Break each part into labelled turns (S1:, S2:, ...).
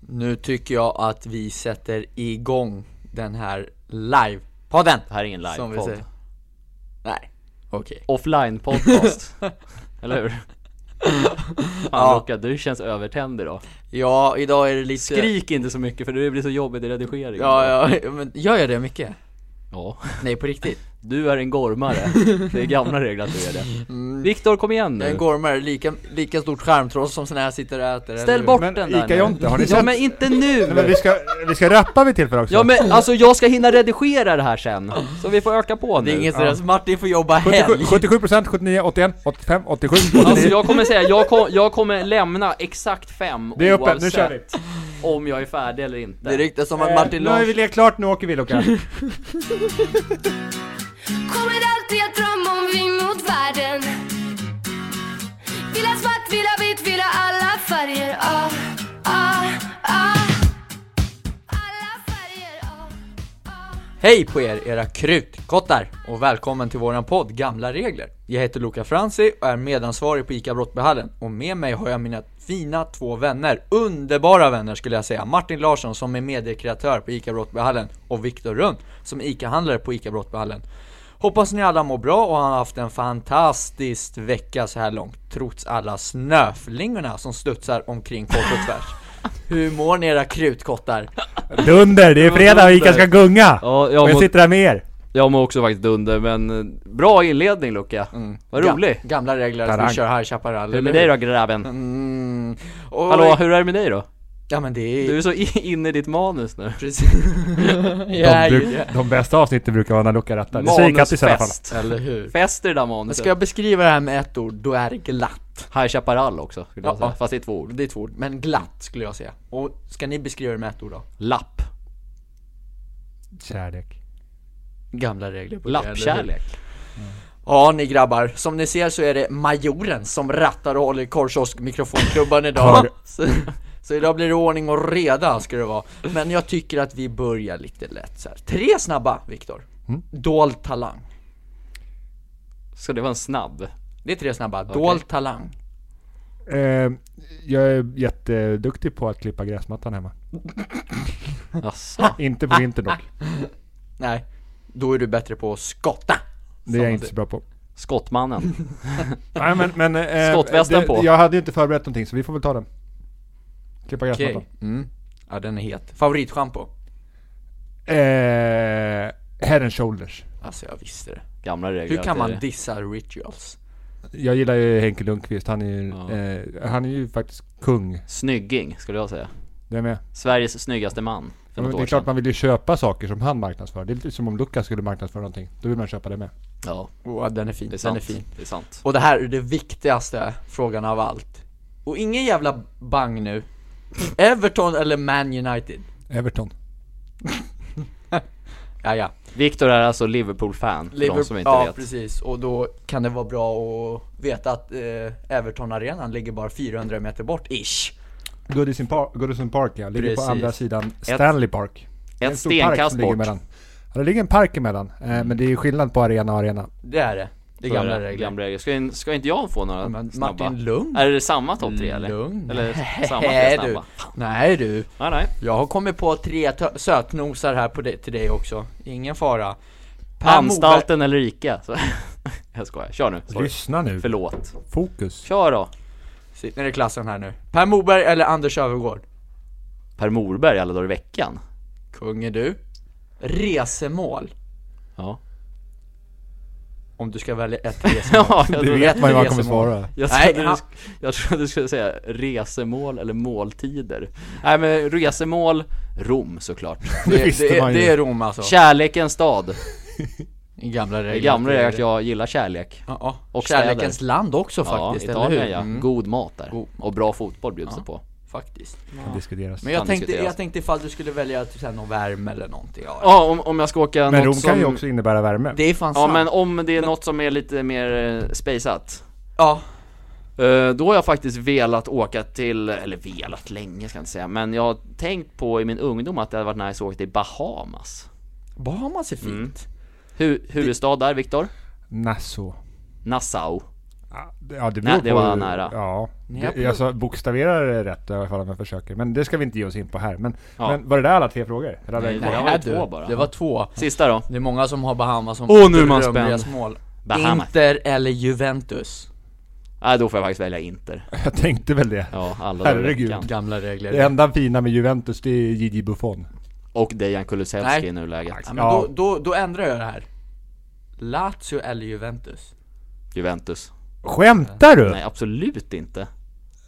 S1: Nu tycker jag att vi sätter igång den här livepodden!
S2: Det här är ingen
S1: Som vi
S2: livepodd
S1: säger. Nej, okej.
S2: Offline podcast Eller hur? Fan
S1: Ja.
S2: Rocka, du känns övertänd idag
S1: Ja, idag är det lite...
S2: Skrik inte så mycket för det blir så jobbigt i redigeringen
S1: Ja, ja, men gör jag det mycket?
S2: Ja.
S1: Nej, på riktigt.
S2: Du är en gormare, det är gamla regler att du är det
S1: Mm,
S2: Viktor kom igen
S1: jag är
S2: nu
S1: en gormare, lika, lika stort skärmtross som sån här sitter och äter eller
S2: Ställ
S1: hur?
S2: bort
S3: Men
S2: den där
S3: Ica Jonte, har ni
S2: Ja
S3: sett-
S2: men inte nu!
S3: Nej, men vi ska, vi ska rappa vid tillfälle också.
S2: Ja men alltså jag ska hinna redigera det här sen, så vi får öka på nu
S1: Det är ingen stress, Martin får jobba
S3: 77,
S1: helg
S3: 77 procent, 79, 81, 85, 87, 89.
S2: Alltså jag kommer säga, jag, kom, jag kommer lämna exakt fem
S3: det är uppe, nu
S2: oavsett
S3: kör vi.
S2: om jag är färdig eller inte
S1: Det ryktas om att Martin
S3: Eh, nu har
S1: Lars...
S3: vi lekt klart, nu åker vi Luka.
S4: Kommer alltid att drömma om vi mot världen Vill ha svart, vill ha vitt, vill ha alla färger ah, ah, ah. Alla färger ah, ah.
S1: Hej på er era krutkottar och välkommen till våran podd Gamla Regler. Jag heter Luca Franzi och är medansvarig på ICA Brottbyhallen och med mig har jag mina fina två vänner, underbara vänner skulle jag säga. Martin Larsson som är mediekreatör på ICA Brottbyhallen och Viktor Rönn som är ICA-handlare på ICA Brottbyhallen. Hoppas ni alla mår bra och har haft en fantastisk vecka så här långt trots alla snöflingorna som studsar omkring kors och tvärs. Hur mår ni era krutkottar?
S3: Dunder, det är fredag och Ica ska gunga!
S2: Ja,
S3: Och
S2: jag,
S3: jag
S2: må,
S3: sitter här med er.
S2: jag mår också faktiskt dunder, men eh, bra inledning Luca.
S3: Mm.
S2: Vad
S1: Ga-
S2: rolig.
S1: Gamla regler att vi
S3: Tarang.
S1: kör High Chaparral,
S2: Hur är det
S1: eller
S2: med dig
S1: hur?
S2: då grabben?
S1: Mm. Oj.
S2: Hallå, hur är det med dig då?
S1: Ja men det är
S2: Du är så i- inne i ditt manus nu.
S1: precis... jag är
S3: De,
S1: ju
S3: bruk,
S1: det.
S3: de bästa avsnitten brukar vara när Luka rattar. Det säger Kattis i alla fall.
S1: Eller hur?
S2: Fest i det där
S1: Men
S2: manuset.
S1: ska jag beskriva det här med ett ord, då är det glatt.
S2: High Chaparral också, skulle jag
S1: Ja,
S2: säga.
S1: ja.
S2: Fast det är två ord.
S1: Det är två ord, men glatt skulle jag säga. Och ska ni beskriva det med ett ord då?
S2: Lapp.
S3: Kärlek.
S1: Gamla regler på det, eller hur?
S2: Lappkärlek.
S1: Ja ni grabbar, som ni ser så är det majoren som rattar och håller i korvkiosk-mikrofonklubban idag
S3: Har-
S1: så, så idag blir det ordning och reda ska det vara Men jag tycker att vi börjar lite lätt så här. Tre snabba, Viktor Dold talang
S2: Så det var en snabb.
S1: Det är tre snabba, dold talang
S3: Eh, jag är jätteduktig på att klippa gräsmattan hemma.
S2: Jaså?
S3: Inte på vintern dock.
S2: ah,
S1: Nej, då är du bättre på att skotta
S3: Det är jag inte så bra på.
S2: Skottmannen.
S3: Nej men, men eh,
S2: Skottvästen
S3: det,
S2: på.
S3: Jag hade ju inte förberett någonting så vi får väl ta den. Klippa
S1: Okej,
S3: gräsmattan.
S1: mm. ja den är het Favoritschampo?
S3: Eh, head and shoulders.
S1: Alltså jag visste det
S2: Gamla regler.
S1: Hur kan
S2: att det
S1: man
S2: är-
S1: dissa rituals?
S3: Jag gillar ju Henke Lundqvist, han är ju,
S2: Ja.
S3: eh, han är ju faktiskt kung.
S2: Snygging, skulle jag säga.
S3: Det är med.
S2: Sveriges snyggaste man. För
S3: Men
S2: något
S3: det är
S2: år
S3: klart
S2: sedan.
S3: man vill ju köpa saker som han marknadsför. Det är lite som om Lukas skulle marknadsföra någonting. Då vill man köpa det med.
S2: Ja,
S1: Åh, den är fin,
S2: det är
S1: den är
S2: sant.
S1: fin
S2: Det är sant.
S1: Och det här är det viktigaste frågan av allt. Och ingen jävla bang nu. Everton eller Man United?
S3: Everton.
S1: Ja, ja.
S2: Viktor är alltså Liverpool-fan, för de som inte
S1: ja,
S2: vet.
S1: precis. Och då kan det vara bra att veta att eh, Everton-arenan ligger bara 400 meter bort, ish.
S3: Goodison Park, Goodison Park ja, ligger
S1: Precis.
S3: på andra sidan Stanley Park. Det är en
S2: Ett
S3: stor park som
S2: stenkast
S3: ligger
S2: bort.
S3: emellan. Ja, det ligger en park emellan. Eh, men det är ju skillnad på arena och arena.
S1: Det är det. Det är
S2: För
S1: gamla regler.
S2: Gamla regler. Ska, in- ska inte jag få några
S1: Men
S2: snabba?
S1: Martin, lugn.
S2: Är det samma topp tre eller?
S1: Lugn.
S2: Eller samma tre
S1: Nej du.
S2: snabba?
S1: Nej du.
S2: Nej nej.
S1: Jag har kommit på tre tö- sötnosar här på det, till dig också. Ingen fara. Per Moberg-
S2: Anstalten eller Ica? Så, jag skojar, kör
S1: Alltså,
S2: nu. Sorry.
S3: Lyssna nu.
S2: Förlåt.
S3: Fokus.
S2: Kör då.
S1: Sitter i klassen här nu. Per Moberg eller Anders Övergård?
S2: Per Morberg alla dagar i veckan.
S1: Kung är du. Resemål.
S2: Ja.
S1: Om du ska välja ett resemål.
S2: ja jag,
S3: Du
S2: trodde,
S3: vet vad
S1: det är
S3: jag kommer
S1: som-
S3: svara.
S2: jag,
S1: Nej,
S2: trodde du,
S1: han-
S2: sk- jag trodde du skulle säga resemål eller måltider. Nej men resemål, Rom såklart.
S1: det,
S3: visste
S1: det,
S3: man ju.
S1: det är Rom alltså.
S2: Kärlekens stad.
S1: I gamla regler.
S2: Det gamla är att jag gillar kärlek.
S1: Ja, ja.
S2: och
S1: Kärlekens
S2: städer.
S1: land också
S2: Ja,
S1: faktiskt, eller
S2: Italien
S1: hur?
S2: ja.
S1: Mm,
S2: God mat där.
S1: God.
S2: Och bra fotboll bjuds det på.
S1: Faktiskt.
S3: Det diskuteras.
S1: Men jag
S2: Kan
S1: tänkte,
S2: diskuteras.
S1: jag tänkte ifall du skulle välja till så här någon värme eller någonting. Ja,
S2: Ja, om, om jag ska åka
S3: Men
S2: något
S3: Rom
S2: som...
S3: kan ju också innebära värme.
S1: Det är fan
S2: Ja
S1: sant.
S2: men om det är något som är lite mer eh, spejsat
S1: Ja,
S2: eh, Då har jag faktiskt velat åka till, eller velat länge ska jag inte säga Men jag har tänkt på i min ungdom att det hade varit nice att åka till Bahamas Mm.
S1: Bahamas är fint.
S2: Hu- Huvudstad där Viktor?
S3: Nassau.
S2: Nassau
S3: Ja, det- Ja, det
S2: Nej,
S3: beror
S2: det
S3: på-
S2: var nära.
S3: Ja,
S2: Neapel.
S3: det, alltså bokstaverar det rätt i alla fall om jag försöker. Men det ska vi inte ge oss in på här. Men,
S2: Ja.
S3: men var det där alla tre frågor? Eller hade
S2: Nej,
S3: jag
S2: det
S3: kvar?
S2: var ju
S1: du,
S2: två bara.
S1: Det var två.
S2: Sista då?
S1: Det är många som har Bahamas som
S2: Åh, nu är man
S1: drömliga
S2: spänd.
S1: mål.
S2: Bahamas.
S1: Inter eller Juventus?
S2: Nej, då får jag faktiskt välja Inter.
S3: Jag tänkte väl det.
S2: Ja, alla dagar i
S3: Herregud.
S2: veckan.
S1: Gamla regler.
S3: Det enda fina med Juventus, det är Gigi Buffon.
S2: Och Dejan Kulusevski
S1: Nej.
S2: i nuläget.
S1: Ja, men
S3: Ja.
S1: då, då, då ändrar jag det här. Lazio eller Juventus?
S2: Juventus.
S3: Skämtar du?
S2: Nej, absolut inte.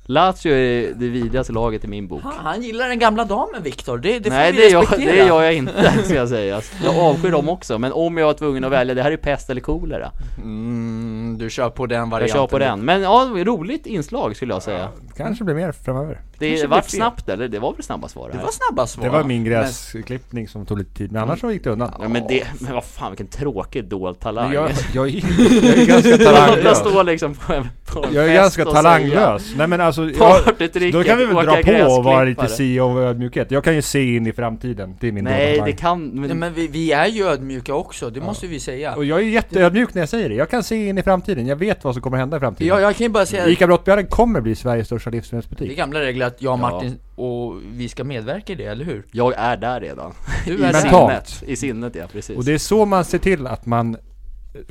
S2: Lazio är det vidrigaste laget i min bok.
S1: Han, han gillar den gamla damen Viktor, det, det får
S2: Nej,
S1: vi
S2: det gör,
S1: respektera.
S2: det gör jag inte, ska jag säga. Jag avskyr dem också, men om jag var tvungen att välja, det här är pest eller kolera.
S1: Mm, du kör på den
S2: Jag
S1: varianten.
S2: kör på den. Men ja, roligt inslag skulle jag säga.
S3: Kanske blir mer framöver.
S2: Det
S1: kanske
S2: vart
S1: blir fel.
S2: snabbt eller? Det var väl snabba svar
S1: Det
S2: här?
S1: var snabba svar.
S3: Det var min gräsklippning som tog lite tid, men annars så gick det undan.
S2: Ja, men det, men vad fan vilken tråkig dold talang.
S3: Men jag, jag, är- jag är ganska
S2: Alla
S3: talanglös.
S2: står liksom på en, på en
S3: Jag är
S2: fest
S3: ganska
S2: och säger,
S3: talanglös. Nej men alltså,
S2: Ta
S3: jag,
S2: bort ett riktigt
S3: då kan vi väl
S2: åka
S3: dra på och vara lite
S2: gräsklippare.
S3: si och ödmjukhet. Jag kan ju se in i framtiden, det är min dåliga
S2: Nej, det
S3: talang.
S2: kan... Men,
S1: Nej, men vi, vi är ju ödmjuka också, det måste vi säga.
S3: Och jag är jätteödmjuk när jag säger det. Jag kan se in i framtiden, jag vet vad som kommer hända i framtiden.
S1: Jag, jag kan ju bara säga
S3: Ica Brottbjörnen kommer bli Sveriges största
S1: Det är
S3: livsmedelsbutik.
S1: gamla regler att jag och Martin och vi ska medverka i det, eller hur?
S2: Jag är där redan.
S1: Du
S2: I
S1: är där.
S3: Mentalt.
S2: sinnet. I sinnet, ja precis.
S3: Och det är så man ser till att man eh,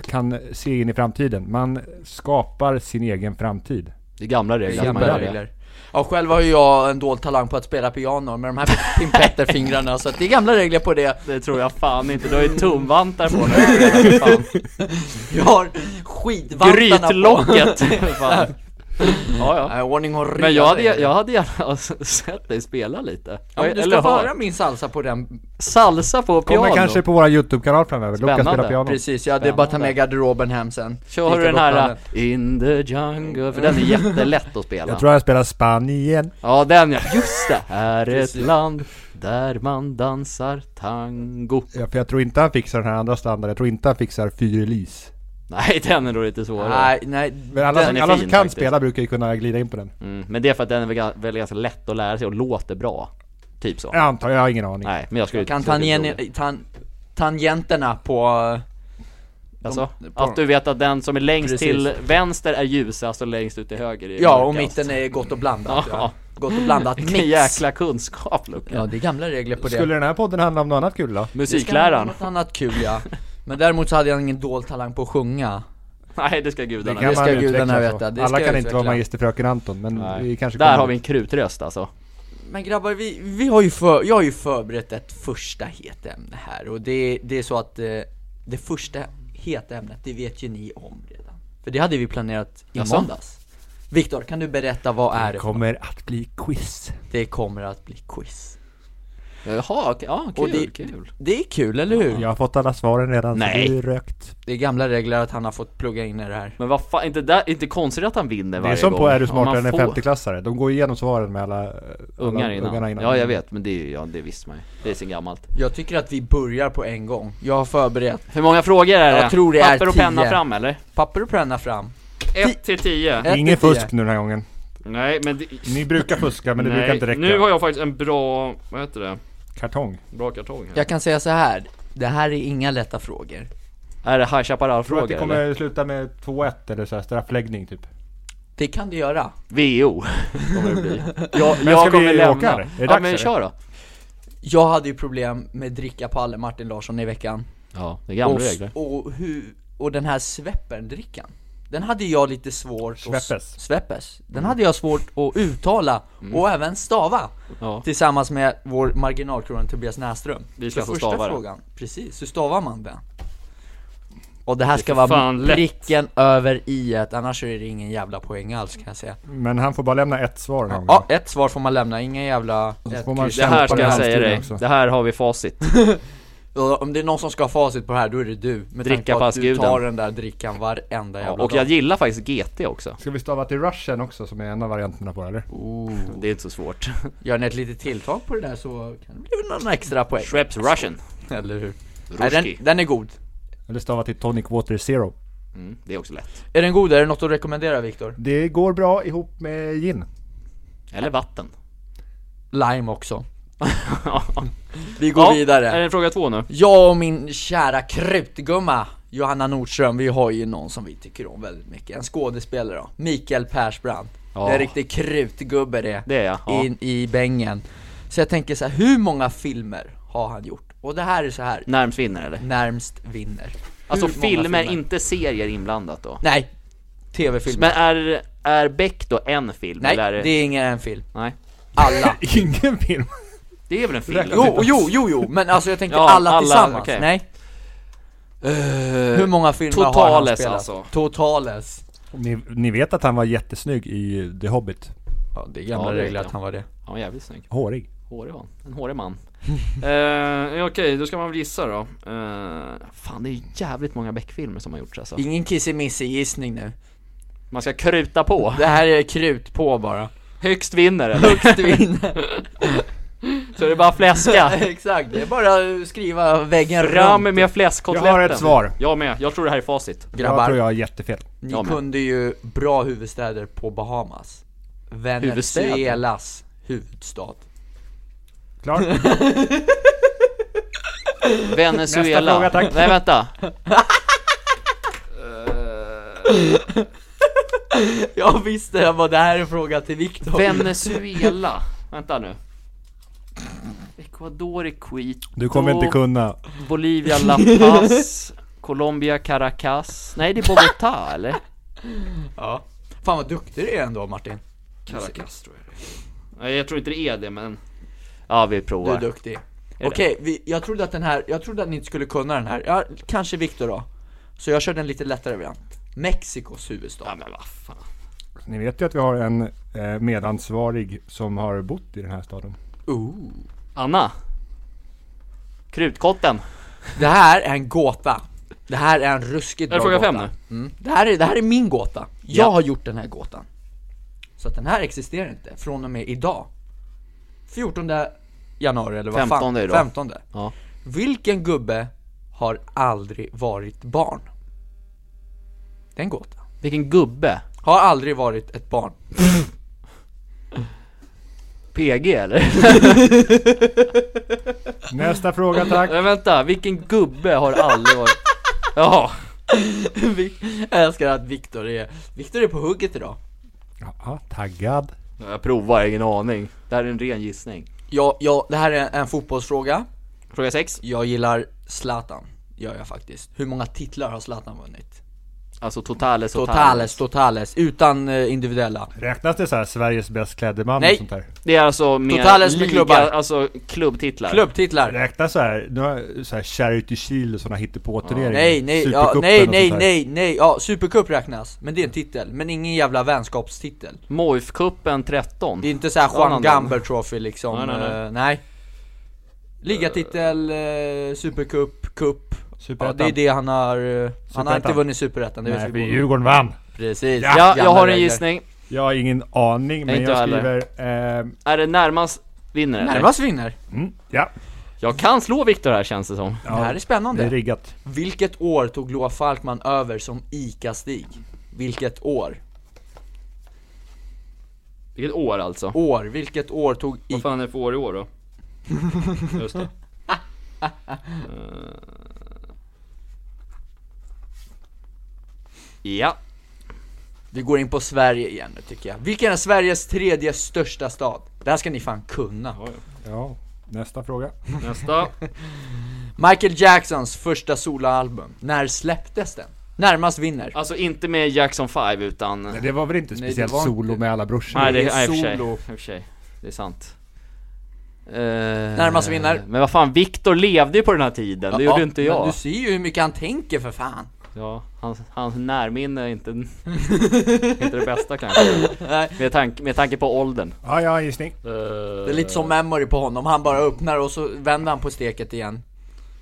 S3: kan se in i framtiden. Man skapar sin egen framtid.
S2: Det är gamla regler. att man
S1: Gamla
S2: gör det.
S1: regler. Ja, själv har ju jag en dold talang på att spela piano med de här pimpetterfingrarna, så att det är gamla regler på det.
S2: Det tror jag fan inte. Du har ju tumvantar på nu. Fan.
S1: Jag har skidvantarna på.
S2: Grytlocket! fan. Ja, ja.
S1: Nej, ordning och reda
S2: Men jag hade,
S1: säger
S2: jag hade gärna sett dig spela lite.
S1: Ja, men du ska få höra min salsa på den
S2: Salsa på piano.
S3: Kommer kanske på vår YouTube-kanal framöver. Lukas
S2: Spännande.
S3: spelar piano.
S1: Precis, ja det är bara att ta med garderoben hem sen
S2: Kör du
S1: Lika
S2: den här uh,
S1: bortblandad.
S2: In the jungle, för den är
S1: Mm.
S2: jättelätt att spela
S3: Jag tror han spelar Spanien.
S2: Ja den ja, just det! Här är ett
S1: Precis.
S2: land där man dansar tango
S3: Ja, för jag tror inte han fixar den här andra standarden. Jag tror inte han fixar Fyrelis.
S2: Nej den är då lite svårare
S1: Nej, nej,
S3: Men alla,
S2: Den
S3: som-
S2: är
S3: alla
S2: fin
S3: som kan
S2: faktiskt.
S3: spela brukar ju kunna glida in på den.
S2: mm, Men det är för att den är väl ga- väl ganska lätt att lära sig och låter bra Typ så
S3: Jag antar, jag har ingen aning.
S2: Nej men jag skulle
S1: kan
S2: skulle tro
S1: tangen, tan, tangenterna på...
S2: det. alltså,
S1: de- på-
S2: Att du vet att den som är längst
S1: Precis.
S2: till vänster är ljusast och längst ut till höger är
S1: Ja, och
S2: mörkast.
S1: mitten är gott och blandat
S2: Ja.
S1: ja. Gott och blandat mix
S2: Vilken jäkla kunskap Lukas
S1: Ja, det är gamla regler på det
S3: Skulle den här podden handla om något annat kul då?
S1: Det ska
S2: Musikläraren
S1: vara Något annat kul ja Men däremot så hade jag ingen dold talang på att sjunga
S2: Nej det ska gudarna
S1: kan-
S2: veta.
S1: ska gudarna
S3: så.
S1: veta, det
S3: Alla
S1: ska
S3: kan
S1: jag
S3: inte vara
S1: utveckla.
S3: magisterfröken Anton, men
S2: Nej.
S3: vi kanske
S2: Där
S3: kommer
S2: har vi
S3: dit.
S2: en krutröst alltså
S1: Men grabbar, vi, vi har ju för, jag har ju förberett ett första hett ämne här och det, det är så att eh, det första heta ämnet, det vet ju ni om redan. För det hade vi planerat i
S2: Jaså?
S1: måndags. Viktor, kan du berätta vad är det? för något?
S3: kommer att bli quiz.
S1: Det kommer att bli quiz.
S2: Jaha, okej, ja
S1: Och
S2: kul,
S1: det-
S2: kul
S1: Det är kul, eller hur?
S3: Jag har fått alla svaren redan,
S2: Nej.
S3: så det är rökt.
S1: Det är gamla regler att han har fått plugga in i det här.
S2: Men vad fan, inte, där, inte konstigt att han vinner
S3: Det
S2: varje
S3: är som
S2: gång
S3: på Är du
S2: Om
S3: smartare
S2: man
S3: än en
S2: får
S3: 50-klassare. De går igenom svaren med alla, alla
S2: ungar innan.
S3: ungarna innan.
S2: Ja jag vet, men det, är ju- ja, det visste man ju Det är sen gammalt
S1: Jag tycker att vi börjar på en gång. Jag har förberett
S2: Hur många frågor är det?
S1: Jag tror det är
S2: Papper och penna
S1: 10.
S2: fram eller?
S1: papper och penna fram.
S2: 1 till 10
S1: Ett
S3: Ingen
S1: till tio.
S3: fusk nu den här gången.
S2: Nej men det,
S3: Ni brukar fuska, men det brukar inte räcka.
S2: Nu har jag faktiskt en bra, vad heter det?
S3: Kartong.
S2: Bra kartong här
S1: Jag kan säga så här. det här är inga lätta frågor.
S2: Är det High
S3: Tror att
S2: Chaparral-frågor
S3: det
S2: kommer... eller?
S3: kommer sluta med 2-1 eller så här straffläggning typ.
S1: Det kan du göra.
S2: VO kommer det bli Jag,
S3: Men
S2: jag
S3: ska
S2: kommer
S3: vi
S2: lämna
S3: åka, eller? Är det
S2: Ja
S3: dags,
S2: men
S3: eller?
S2: kör då
S1: Jag hade ju problem med dricka Palle Martin Larsson i veckan
S2: Ja, det är gamla
S1: och,
S2: regler
S1: och, hur, och den här sveppendrickan Den hade jag lite svårt att-
S3: Sveppes.
S1: Sveppes
S2: Mm.
S1: Den hade jag svårt att uttala och även stava
S2: Ja.
S1: Tillsammans med vår marginalkron Tobias Näsström
S2: Vi
S1: Så
S2: ska alltså
S1: första
S2: stava det.
S1: frågan, precis, hur stavar man den? Och det här ska
S2: för
S1: vara
S2: fan lätt.
S1: pricken över i ett, annars är det ingen jävla poäng alls kan jag säga
S2: Mm.
S3: Men han får bara lämna ett svar den här
S1: Ja,
S3: gången.
S1: ett svar får man lämna, ingen jävla ett
S3: får man
S1: kryss.
S2: Det här
S3: Kämpa
S2: ska
S3: med
S2: jag säga
S3: hamstringen
S2: dig,
S3: också.
S2: det här har vi facit
S1: Ja, Om det är någon som ska ha facit på det här, då är det du. Med
S2: Dricka
S1: tanke på att du
S2: passguden.
S1: tar den där drickan varenda
S2: ja,
S1: jävla
S2: Och jag
S1: dag.
S2: gillar faktiskt GT också
S3: Ska vi stava till Russian också som är en av varianterna på det eller?
S2: Oh.
S3: Mm.
S2: Det är inte så svårt
S1: Gör ni ett litet tilltag på det där så kan det bli någon extra poäng.
S2: Shreps Russian
S1: Eller hur? Nej,
S2: Ruski.
S1: den, den är god.
S3: Eller stava till Tonic Water Zero.
S2: Mm, det är också lätt.
S1: Är den god? Är det något att rekommendera Viktor?
S3: Det går bra ihop med gin.
S2: Eller vatten.
S1: Lime också. Vi går
S2: Är
S1: vidare.
S2: eh, det fråga två nu?
S1: Jag och min kära krutgumma Johanna Nordström, vi har ju någon som vi tycker om väldigt mycket. En skådespelare då. Mikael Persbrandt.
S2: Ja.
S1: Det är en riktig krutgubbe det.
S2: Det är jag, ja.
S1: In i bängen. Så jag tänker så här, hur många filmer har han gjort? Och det här är så här,
S2: Närmst vinner eller?
S1: närmst vinner.
S2: Alltså
S1: Hur många
S2: filmer, inte serier inblandat då?
S1: Nej, tv-filmer.
S2: Men är, är Beck då en film?
S1: Nej,
S2: eller är
S1: det är ingen en film.
S2: Nej,
S1: Alla.
S3: Ingen film.
S2: det är väl en film?
S3: Räknas
S1: Jo, jo, jo, jo, men alltså jag tänker
S2: Ja,
S1: alla,
S2: alla,
S1: tillsammans.
S2: okej.
S1: Nej. Hur
S2: Eh,
S1: många filmer har han
S2: Totales
S1: spelat?
S2: alltså.
S1: Totales.
S3: Ni, ni vet att han var jättesnygg i The Hobbit?
S1: Ja, det är
S2: Ja,
S1: gamla
S2: det vet
S1: regler
S2: jag.
S1: att han var det.
S2: Ja, jävligt snygg.
S3: Hårig.
S2: Hårig var han. En hårig man. eh, Okej, då ska man väl gissa då. Eh, fan, det är ju jävligt många Beck-filmer som har gjorts alltså.
S1: Ingen kissemissegissning nu.
S2: Man ska kruta på.
S1: Det här är krut på bara.
S2: Högst vinner eller?
S1: Högst vinner.
S2: Så det är bara fläska.
S1: Exakt, det är bara att skriva väggen
S2: Fram
S1: runt.
S2: med fläskkotletten.
S3: Jag har ett svar.
S2: Jag med. Jag tror det här är facit.
S3: Jag
S1: Grabbar,
S3: tror jag har jättefel.
S1: ni
S2: Jag med.
S1: kunde ju bra huvudstäder på Bahamas. Venezuelas huvudstad.
S3: Klart?
S2: Venezuela.
S3: Nästa fråga, tack.
S2: Nej, vänta.
S1: Jag visste, jag bara det här är en fråga till Viktor.
S2: Venezuela. Vänta nu. Ecuador är Quito.
S3: Du kommer inte kunna.
S2: Bolivia, La Paz. Colombia, Caracas. Nej, det är Bogotá eller?
S1: Ja. Fan vad duktig du är ändå Martin.
S2: Caracas tror jag det Nej, jag tror inte det är det men... Ja, vi
S1: Du är
S2: provar.
S1: duktig.
S2: det?
S1: Okej, vi, jag trodde att den här, jag trodde att ni inte skulle kunna den här. Ja, kanske Viktor då. Så jag kör den lite lättare variant. Mexikos
S2: Ja,
S1: huvudstad.
S2: men vad fan.
S3: Ni vet ju att vi har en eh, medansvarig som har bott i den här staden.
S1: Ooh.
S2: Anna. Krutkotten.
S1: Det här är en gåta. Det här är en ruskigt
S2: Är det
S1: bra
S2: fråga
S1: gåta.
S2: fem nu?
S1: Mm. Det, här är, det här är min gåta. Jag
S2: Ja.
S1: har gjort den här gåtan. Så att den här existerar inte från och med idag. 14 januari eller vad fan?
S2: 15 idag.
S1: 15
S2: Ja.
S1: Vilken gubbe har aldrig varit barn? Det är en gåta.
S2: Vilken gubbe?
S1: Har aldrig varit ett barn.
S2: PG eller?
S3: Nästa fråga tack.
S2: Nej, vänta, vilken gubbe har aldrig varit... Jaha.
S1: Vik- Jag älskar att Viktor är, Viktor är på hugget idag.
S3: Ja, taggad.
S2: Jag provar, ingen aning. Det här är en ren gissning.
S1: Ja, ja, det här är en fotbollsfråga.
S2: Fråga 6.
S1: Jag gillar Zlatan, gör jag faktiskt. Hur många titlar har Zlatan vunnit?
S2: Alltså totales,
S1: Totales, totales, utan eh, individuella.
S3: Räknas det så här Sveriges bäst klädde man
S1: Nej.
S3: och sånt där?
S2: Det är alltså mer
S1: Totales med klubbar.
S2: alltså klubbtitlar.
S1: Klubbtitlar!
S3: Räknas så här, nu har, så här Charity Shield och sådana hittepåturneringar?
S1: Nej, nej, ja,
S3: Supercupen
S1: nej,
S3: och
S1: nej,
S3: sånt där.
S1: nej, nej, ja, supercup räknas, men det är en titel, men ingen jävla vänskapstitel
S2: MOIF-cupen 13.
S1: Det är inte såhär
S2: Ja,
S1: Juan
S2: någon
S1: Gamber Trophy liksom,
S2: Nej,
S1: nej,
S2: nej,
S1: nej,
S2: nej.
S1: nej. Ligatitel, eh, supercup, cup, ja,
S3: Superettan?
S1: det är det han har, eh, han har inte
S3: Superettan.
S1: vunnit superettan, det
S3: Nej,
S1: vet
S3: för
S1: vi båda.
S3: Djurgården vann!
S1: Precis,
S2: Ja, jag
S1: gamla
S2: har en
S1: regler.
S2: gissning.
S3: Jag har ingen aning, men
S2: Inte
S3: jag
S2: jag heller.
S3: skriver... ehm,
S2: Är det närmast vinner eller?
S1: Närmast vinner,
S3: mm, ja,
S2: Jag kan slå Viktor här känns det som.
S1: det här är
S3: det är
S1: spännande
S3: riggat.
S1: Vilket år tog Loa Falkman över som ICA-Stig? Vilket år?
S2: Vilket år alltså.
S1: År, vilket år tog ICA?
S2: Vad fan är det för år i år då? Just det. Eh. Ja,
S1: Vi går in på Sverige igen nu tycker jag. Vilken är Sveriges tredje största stad? Det här ska ni fan kunna.
S3: Ja, nästa fråga.
S2: nästa.
S1: Michael Jacksons första soloalbum, när släpptes den? Närmast vinner.
S2: Alltså inte med Jackson 5 utan...
S3: Det var väl inte
S1: det
S3: speciellt
S1: var inte-
S3: solo med alla brorsor?
S2: Nej, det
S1: det är
S2: är i och för sig.
S1: solo.
S2: I och för sig. Det är sant. Eh,
S1: Närmast vinner.
S2: Men vad fan, Viktor levde ju på den här tiden, det gjorde inte jag.
S1: Men du ser ju hur mycket han tänker för fan.
S2: Ja, hans, hans närminne är inte, inte det bästa kanske.
S1: Nej.
S2: Med, tank, med tanke på åldern.
S3: Ja, jag har en gissning.
S1: Eh. Det är lite som memory på honom, han bara öppnar och så vänder han på steket igen.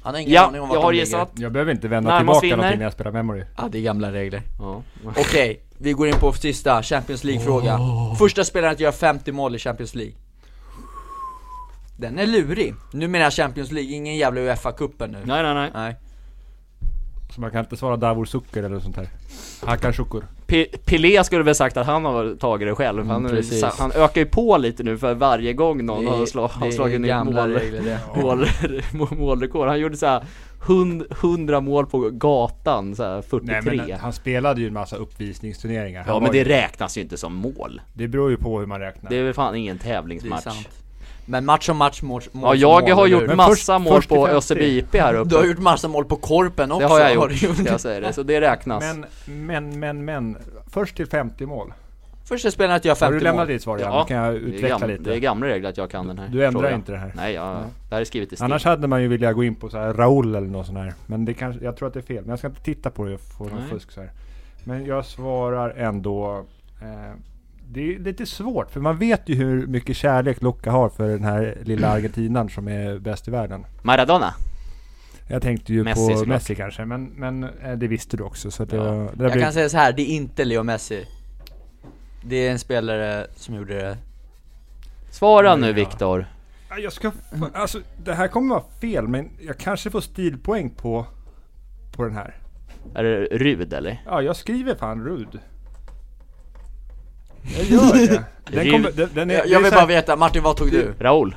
S1: Han har ingen
S2: Ja,
S1: aning om vart
S2: jag
S1: de
S2: har
S1: ligger.
S2: gissat.
S3: Jag behöver inte vända
S2: Närmast
S3: tillbaka
S2: vinner.
S3: någonting när jag spelar Memory.
S1: Ja, det är gamla regler.
S2: Ja.
S1: Okej, vi går in på sista Champions League-fråga. Första spelaren att göra 50 mål i Champions League. Den är lurig. Nu menar jag Champions League, ingen jävla Uefa-cupen nu.
S2: Nej, nej, nej.
S1: Nej.
S3: Så man kan inte svara Davor Zucker eller sånt här. Hakan Şukur.
S2: P- Pelé skulle väl sagt att han har tagit det själv. Han,
S1: Mm, precis.
S2: sa- han ökar ju på lite nu för varje gång någon har, slå,
S1: det
S2: har
S1: är
S2: slagit nytt
S1: gamla
S2: mål,
S1: regler det.
S2: mål, mål, målrekord. Han gjorde såhär 100 mål på gatan, såhär 43.
S3: Nej, men han spelade ju en massa uppvisningsturneringar. Han
S2: ja men
S3: var
S2: det
S3: ju-
S2: räknas ju inte som mål.
S3: det beror ju på hur man räknar.
S2: Det är väl fan ingen
S1: Det är
S2: tävlingsmatch.
S1: sant. Men match som match, mål, mål
S2: Ja,
S1: som
S2: jag
S1: mål,
S2: har
S1: eller
S2: gjort
S1: hur?
S3: Men
S2: massa
S3: först-
S2: mål
S3: först i
S2: på
S3: 50.
S2: Öster BIP här uppe.
S1: Du har gjort massa mål på korpen också
S2: det har jag
S1: du
S2: gjort, ska jag säga det. Så det räknas.
S3: Men, men, men, men. Först till 50 mål.
S1: Första spelaren att göra
S3: Har du
S1: 50
S3: lämnat
S1: mål
S3: ditt svar redan?
S2: Ja,
S3: Då kan jag
S2: det, är
S3: utveckla
S2: gamla,
S3: lite.
S2: det är gamla regler att jag kan den här.
S3: Du ändrar
S2: frågan.
S3: inte det här?
S2: Nej, jag, det här är skrivet i sten.
S3: Annars hade man ju vilja gå in på så här Raoul eller något sånt här. Men det kanske, jag tror att det är fel. Men jag ska inte titta på det och få någon
S2: Nej.
S3: fusk så här. Men jag svarar ändå. Eh, det är lite svårt för man vet ju hur mycket kärlek Loka har för den här lilla argentinaren som är bäst i världen.
S2: Maradona.
S3: Jag tänkte ju
S2: Messi
S3: på
S2: såklart.
S3: Messi kanske men, men eh, det visste du också så att det,
S2: Ja.
S3: var- det där
S1: Jag
S3: blir-
S1: kan säga så här, det är inte Leo Messi Det är en spelare som gjorde det
S2: Svara
S3: Nej,
S2: nu
S3: ja.
S2: Viktor.
S3: Ja, Ah, Jag ska, alltså det här kommer vara fel men jag kanske får stilpoäng på, på den här.
S2: Är det Rud eller?
S3: Ja, jag skriver fan Rud. Jag gör det. Den kommer, den, den är,
S1: Jag,
S3: det är
S1: jag vill
S3: så här-
S1: bara veta, Martin vad tog du?
S2: Raul.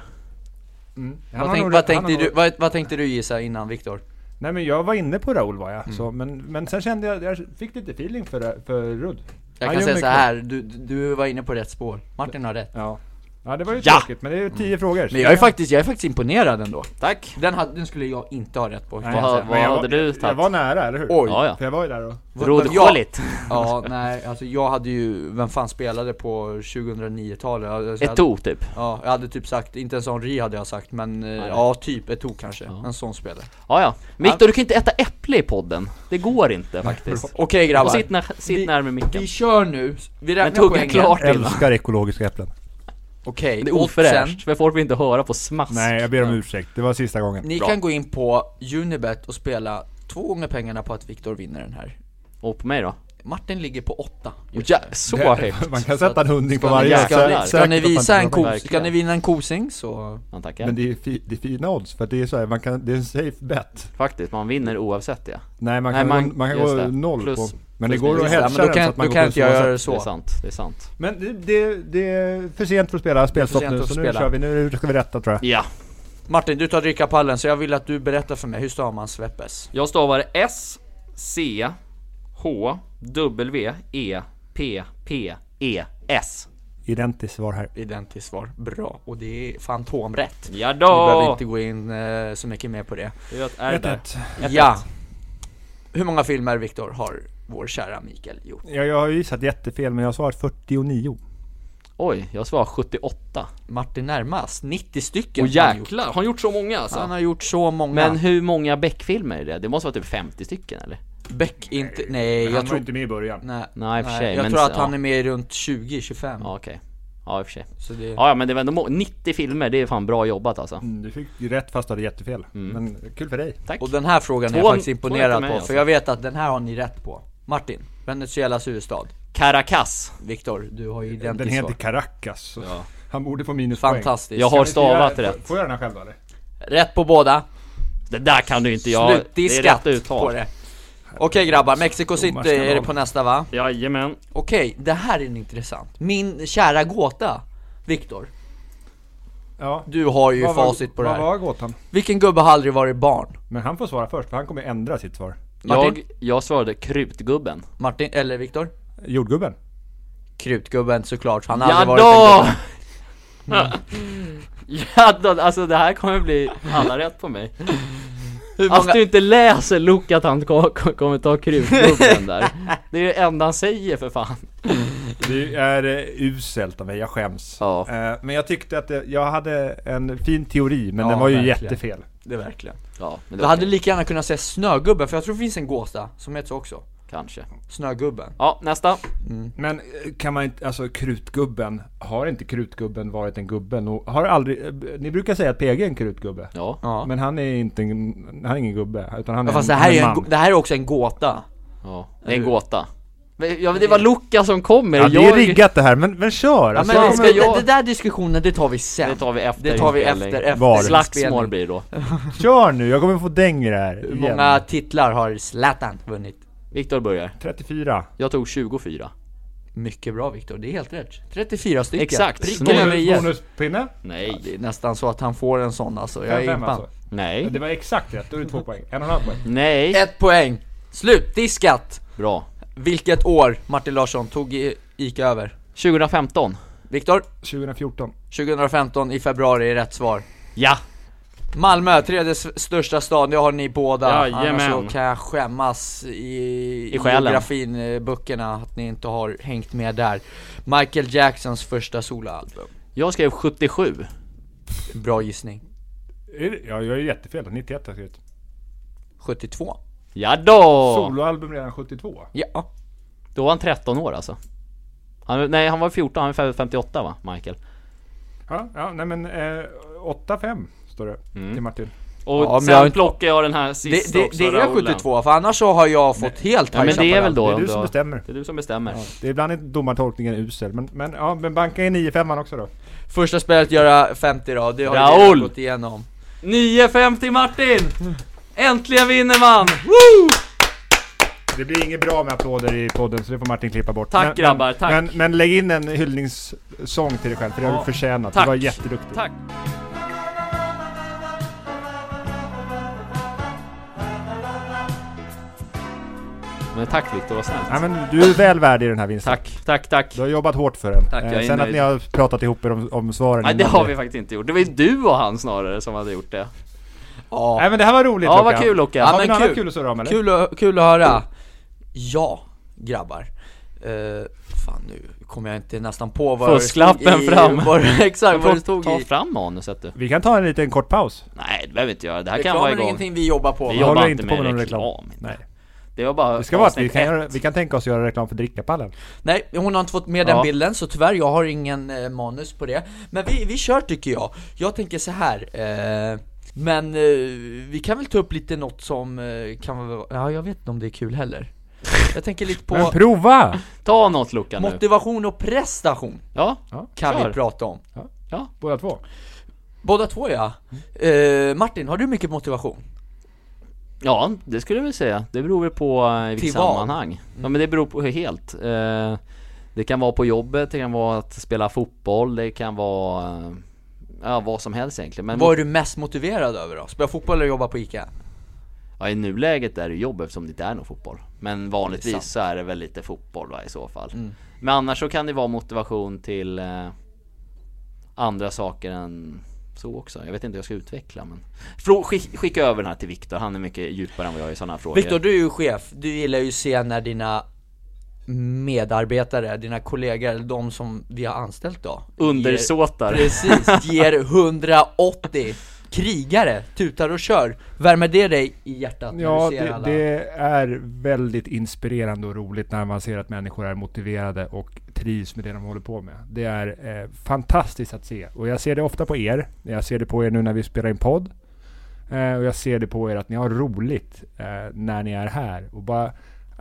S3: Mm. Han
S1: Vad,
S3: har
S1: tänk,
S3: nog-
S1: vad,
S3: han har
S1: tänkte du
S3: nog-
S1: vad, vad tänkte du gissa innan Viktor?
S3: Nej men jag var inne på Raoul var jag. Så,
S1: Mm.
S3: men, men sen kände jag, jag fick lite feeling för, för Rudd.
S1: Jag
S3: Han
S1: kan säga
S3: gör
S1: så
S3: mycket.
S1: här, du, du var inne på rätt spår Martin har rätt
S3: Ja. Ja det var ju
S2: Ja!
S3: tråkigt men det är ju tio frågor. så
S1: Mm. Men jag är
S3: det kan-
S1: faktiskt, jag är faktiskt imponerad ändå alltså,
S2: Tack.
S1: Den, hade, den skulle jag inte ha rätt på
S3: Nej,
S1: kan jag
S2: Vad-
S1: säga.
S3: men jag var-
S2: hade du
S3: Jag
S2: tagit?
S3: var nära, eller hur?
S1: Oj.
S2: Ja, ja.
S3: För jag var ju där och...
S1: Vad-
S2: Rod
S1: vad- jag-
S2: Kolit.
S1: Ja, nej, alltså jag hade ju, vem fan spelade på 2009-talet? Alltså, jag hade-
S2: Eto'o typ.
S1: Ja, jag hade typ sagt, inte ens Henri hade jag sagt, men eh,
S2: Nej.
S1: ja, typ Eto'o kanske, en sån spelare
S2: Ja, ja. Viktor, du kan inte äta äpple i podden. Det går inte faktiskt.
S1: Okej grabbar,
S2: Och sitt, när, sitt
S1: Vi-
S2: närmare micken.
S1: vi kör nu, vi
S2: Men
S1: räknar
S2: tugga
S1: poängen
S2: klart innan.
S3: Älskar ekologiska äpplen.
S1: Okej,
S2: Det är
S1: och sen,
S2: ofräscht, för folk vill inte höra på smask.
S3: Nej jag ber om ursäkt, det var sista gången.
S1: ni
S2: Bra.
S1: kan gå in på Unibet och spela två gånger pengarna på att Viktor vinner den här
S2: Och på mig då?
S1: Martin ligger på åtta
S2: Och
S1: just
S2: ja,
S1: nu.
S2: så
S3: Det-
S2: högt.
S3: Man kan sätta en hundring på
S2: Ska ni-
S3: varje.
S2: ska
S3: så-
S2: ni- ska
S1: Ska
S3: säkert
S1: ni
S3: att man
S1: visa en
S3: inte kommer-
S1: ko, ska ni vinna en kosing så
S2: Ja, tackar.
S3: Men det är, fi, det är fina odds för att det är så här, man kan, det är en safe bet.
S2: Faktiskt, man vinner oavsett ja.
S3: Nej man
S2: Nej,
S3: kan,
S2: man-
S3: gå, man kan
S2: just
S3: gå
S2: det.
S3: noll
S2: Plus-
S3: på. Men det
S2: plus
S3: går
S2: minus.
S3: att
S1: Ja,
S3: hedga
S1: men då
S3: den så
S1: kan,
S3: att man
S1: då
S3: går
S1: kan
S3: plus
S1: inte jag
S3: oavsett.
S1: göra det
S2: Det är
S1: så
S2: sant, det är sant.
S3: Men det, det, det är för sent för att spela spelstopp
S1: sent
S3: nu,
S1: att
S3: så nu
S1: spela.
S3: kör vi. Nu ska vi rätta tror jag.
S2: Ja,
S1: Martin, du tar drickarpallen så jag vill att du berättar för mig, hur stavar man Sveppes?
S2: jag stavar S, C, H, W, E, P, P, E, S.
S3: Identiskt svar här.
S1: Identiskt svar, bra, och det är fantomrätt
S2: Ja
S1: Vi behöver
S2: då!
S1: inte gå in eh, så mycket mer på det
S2: Det är ett R där.
S1: Ja! Hur många filmer, Viktor, har vår kära Mikael gjort?
S3: Jag, jag har ju gissat jättefel men jag har svarat 49.
S2: Oj, jag svarar 78.
S1: Martin närmast, 90 stycken
S2: Åh
S1: har han, gjort.
S2: jäklar, har han gjort så många
S1: han
S2: alltså?
S1: har gjort så många
S2: Men
S1: Men
S2: hur många Beck-filmer är det? Det måste vara typ 50 stycken eller?
S1: Beck inte, nej jag tror
S3: inte med i början.
S1: Nej,
S2: Nej, i och för sig,
S1: jag
S2: men
S1: tror att
S2: så-
S1: han är med i runt 20-25
S2: Ja okej. Ja i och för sig.
S1: Så det,
S2: Ja ja, men det var ändå må- 90 filmer, det är fan bra jobbat alltså.
S3: Mm, du fick ju rätt fast du hade jättefel.
S1: Mm.
S3: Men kul för dig.
S2: Tack.
S1: Och den här frågan är
S2: Två-
S1: jag faktiskt
S2: två
S1: imponerad
S2: till
S1: på,
S2: mig,
S1: för
S2: alltså.
S1: jag vet att den här har ni rätt på Martin, Venezuelas huvudstad
S2: Caracas.
S1: Viktor, du har ju
S3: Den
S1: identiskt
S3: heter
S1: svar
S3: Caracas.
S2: Ja.
S3: Han borde få minuspoäng.
S1: Fantastiskt!
S2: Jag har stavat
S3: Får jag-
S2: rätt.
S3: Får jag den här själv eller?
S1: Rätt på båda,
S2: Det där kan du inte jag. det är
S1: slutdiskat
S2: rätt
S1: på
S2: uttal.
S1: det Okej grabbar, Mexico City är det på nästa va?
S2: Jajamän.
S1: Okej, det här är intressant. Min kära gåta, Viktor.
S3: Ja.
S1: Du har ju
S3: Vad var-
S1: facit på det här.
S3: Vad var gåtan?
S1: Vilken gubbe har aldrig varit barn?
S3: Men han får svara först för han kommer ändra sitt svar.
S2: Jag,
S1: Martin?
S2: jag svarade krutgubben.
S1: Martin, eller Viktor?
S3: Jordgubben.
S1: Krutgubben såklart, han har
S2: Ja
S1: aldrig varit en
S2: då!
S1: gubbe.
S2: ja då, alltså det här kommer bli alla rätt på mig.
S1: Hur många,
S2: Att Alltså, du inte läser Luke att han ko- ko- kommer ta krutgubben där. Det är det enda han säger för fan.
S3: Det är eh, uselt av mig, jag skäms.
S2: Ja.
S3: Eh, men jag tyckte att det, jag hade en fin teori, men
S1: Ja,
S3: den var ju
S1: verkligen.
S3: jättefel.
S1: Det är verkligen.
S2: Ja, men
S1: Du hade lika gärna kunnat säga snögubben, för jag tror det finns en gåta som heter så också.
S2: kanske.
S1: Snögubben.
S2: Ja, nästa.
S3: Men eh, kan man inte, alltså krutgubben, har inte krutgubben varit en gubbe? No, har aldrig, eh, ni brukar säga att PG är en krutgubbe.
S2: Ja.
S1: Ja.
S3: Men han är inte en, han är ingen gubbe, utan han är,
S1: Men fast det
S3: en,
S1: här,
S3: han
S1: är
S3: är
S1: ju en,
S3: en man.
S1: gå- det här är också en gåta.
S2: ja. Det är en gåta. Men, ja, men det var Luca som kommer.
S3: Ja, det är
S2: Jag-
S3: riggat det här, men, men kör!
S1: Ja,
S3: alltså,
S1: men
S2: fan,
S1: det,
S2: ska jag-
S1: det, det där diskussionen, det tar vi sen.
S2: Det tar vi efter.
S1: Det tar vi
S2: inspelning.
S1: efter, efter
S3: Var.
S2: Slagsmål
S1: inspelning.
S2: blir det då.
S3: Kör nu, jag kommer få däng i det här
S1: Hur
S3: igen.
S1: många titlar har Zlatan vunnit?
S2: Viktor börjar.
S3: 34.
S2: Jag tog 24.
S1: Mycket bra Viktor, det är helt rätt. 34 stycken.
S2: Exakt,
S1: Pricken
S2: snyggt.
S1: över i.
S3: Bonuspinne?
S1: Ja,
S2: Nej.
S1: Det är nästan så att han får en sån alltså. Jag är
S3: Fem,
S1: impad.
S3: alltså.
S2: Nej.
S3: Det var exakt rätt, då är det två poäng. En och en halv poäng.
S2: Nej.
S1: Ett poäng. Slut, diskat.
S2: Bra.
S1: Vilket år Martin Larsson tog i- ICA över?
S2: 2015.
S1: Viktor,
S3: 2014.
S1: 2015 i februari är rätt svar.
S2: Ja.
S1: Malmö, tredje s- största stad, det har ni båda.
S2: Jajamän.
S1: Annars så kan jag skämmas i,
S2: I själen.
S1: geografin, eh, böckerna, att ni inte har hängt med där. Michael Jacksons första soloalbum.
S2: Jag skrev 77.
S1: Bra gissning.
S3: Är det- Ja, jag är jättefel. 91 har jag skrivit.
S1: 72?
S2: Ja då.
S3: Soloalbum redan 72.
S1: Ja.
S2: Då var han 13 år alltså. Han, nej, han var 14, han var 58 va, Michael?
S3: Ja, ja nej men eh, 8-5 står det
S2: Mm.
S3: till Martin.
S2: Och
S1: Ja, men
S2: sen
S1: jag har inte-
S2: plockar jag den här
S1: Det,
S2: sista
S1: det,
S2: också,
S1: det är
S2: Raoul.
S1: 72, för annars så har jag fått helt
S2: Ja men det är väl då
S3: Det är du som
S2: då-
S3: bestämmer.
S2: Det är du som bestämmer.
S3: Det är ibland inte domartolkningen usel, men, men, ja, men banka in 9-5 också då.
S1: Första spelet göra 50 då, det har
S2: Raoul.
S1: jag gått igenom.
S2: 9.50 Martin! Äntligen vinner man! Woo!
S3: Det blir inget bra med applåder i podden, så det får Martin klippa bort.
S2: Tack,
S3: men,
S2: grabbar,
S3: men,
S2: tack.
S3: Men, men lägg in en hyllningssång till dig själv, för det har du förtjänat.
S2: Tack.
S3: Du var jätteduktig.
S2: Tack! Men tack Viktor, vad snällt.
S3: Ja, men du är väl värdig den här vinsten.
S2: Tack, tack, tack.
S3: Du har jobbat hårt för den.
S2: Tack,
S3: Eh,
S2: jag är
S3: Sen att
S2: nöjd.
S3: ni har pratat ihop er om, om svaren.
S2: Nej det
S3: innan
S2: har vi faktiskt inte gjort. Det var ju du och han snarare som hade gjort det.
S1: Ja,
S3: Nej men det här var roligt
S2: Ja,
S3: Luka.
S2: vad kul Åke.
S1: Ja,
S3: Har vi
S1: men
S3: något
S1: kul.
S3: annat kul att surra om eller?
S1: kul, att- kul att höra. Ja, grabbar. Uh, fan nu kommer jag inte nästan på vad
S2: Fusklappen
S1: det stod i,
S2: fram.
S1: Vad, exakt vad det stod
S2: Ta
S1: i.
S2: fram manuset du.
S3: Vi kan ta en liten kort paus.
S2: Nej det behöver vi inte göra, det här kan
S1: Reklam
S2: vara
S1: är
S2: igång.
S1: ingenting vi jobbar på.
S2: Vi
S1: va?
S3: Jag
S2: jobbar
S3: håller
S2: inte
S3: inte
S2: med
S3: på med någon
S2: reklam.
S3: reklam.
S2: Nej.
S3: Nej.
S2: Det var bara
S3: Det ska vara att vi
S2: avsnitt
S3: kan,
S2: ett.
S3: göra, vi kan tänka oss göra reklam för Drickapallen.
S1: Nej, hon har inte fått med
S2: Ja.
S1: den bilden, så tyvärr, jag har ingen eh, manus på det. Men vi, vi kör tycker jag. Jag tänker så här. Eh, men eh, vi kan väl ta upp lite något som eh, kan vara, ja jag vet inte om det är kul heller. Jag tänker lite
S3: Men
S1: på
S3: prova!
S2: Ta något Luka nu.
S1: motivation och prestation,
S2: Ja,
S1: kan
S2: Kör.
S1: vi prata om.
S3: Båda två.
S1: Båda två ja. Eh, Martin, har du mycket motivation?
S2: ja, det skulle jag väl säga. Det beror väl på eh, i vilket
S1: Till vad? Mm.
S2: sammanhang. Ja men det beror på helt. Eh, Det kan vara på jobbet, det kan vara att spela fotboll, det kan vara... eh, Ja, vad som helst egentligen. Men
S1: Vad är du mest motiverad över då? Spela fotboll eller jobba på ICA?
S2: ja, i nuläget är det jobb eftersom det inte är någon fotboll. Men vanligtvis
S1: Det är sant. Mm.
S2: så är det väl lite fotboll va, i så fall. Men annars så kan det vara motivation till eh, andra saker än så också. Jag vet inte hur jag ska utveckla men... Frå- skick, skicka över den här till Viktor, han är mycket djupare än vad jag är i sådana här frågor.
S1: Viktor, du är ju chef, du gillar ju att se när dina medarbetare, dina kollegor, eller de som vi har anställt då
S2: Undersåtar.
S1: ger, Precis, ger 180 krigare, tutar och kör Värmer det dig i hjärtat när
S3: Ja,
S1: du ser
S3: det,
S1: alla?
S3: det är väldigt inspirerande och roligt när man ser att människor är motiverade och trivs med det de håller på med. Det är eh, fantastiskt att se. Och jag ser det ofta på er. Jag ser det på er nu när vi spelar in podd. Eh, och jag ser det på er att ni har roligt eh, när ni är här. Och bara,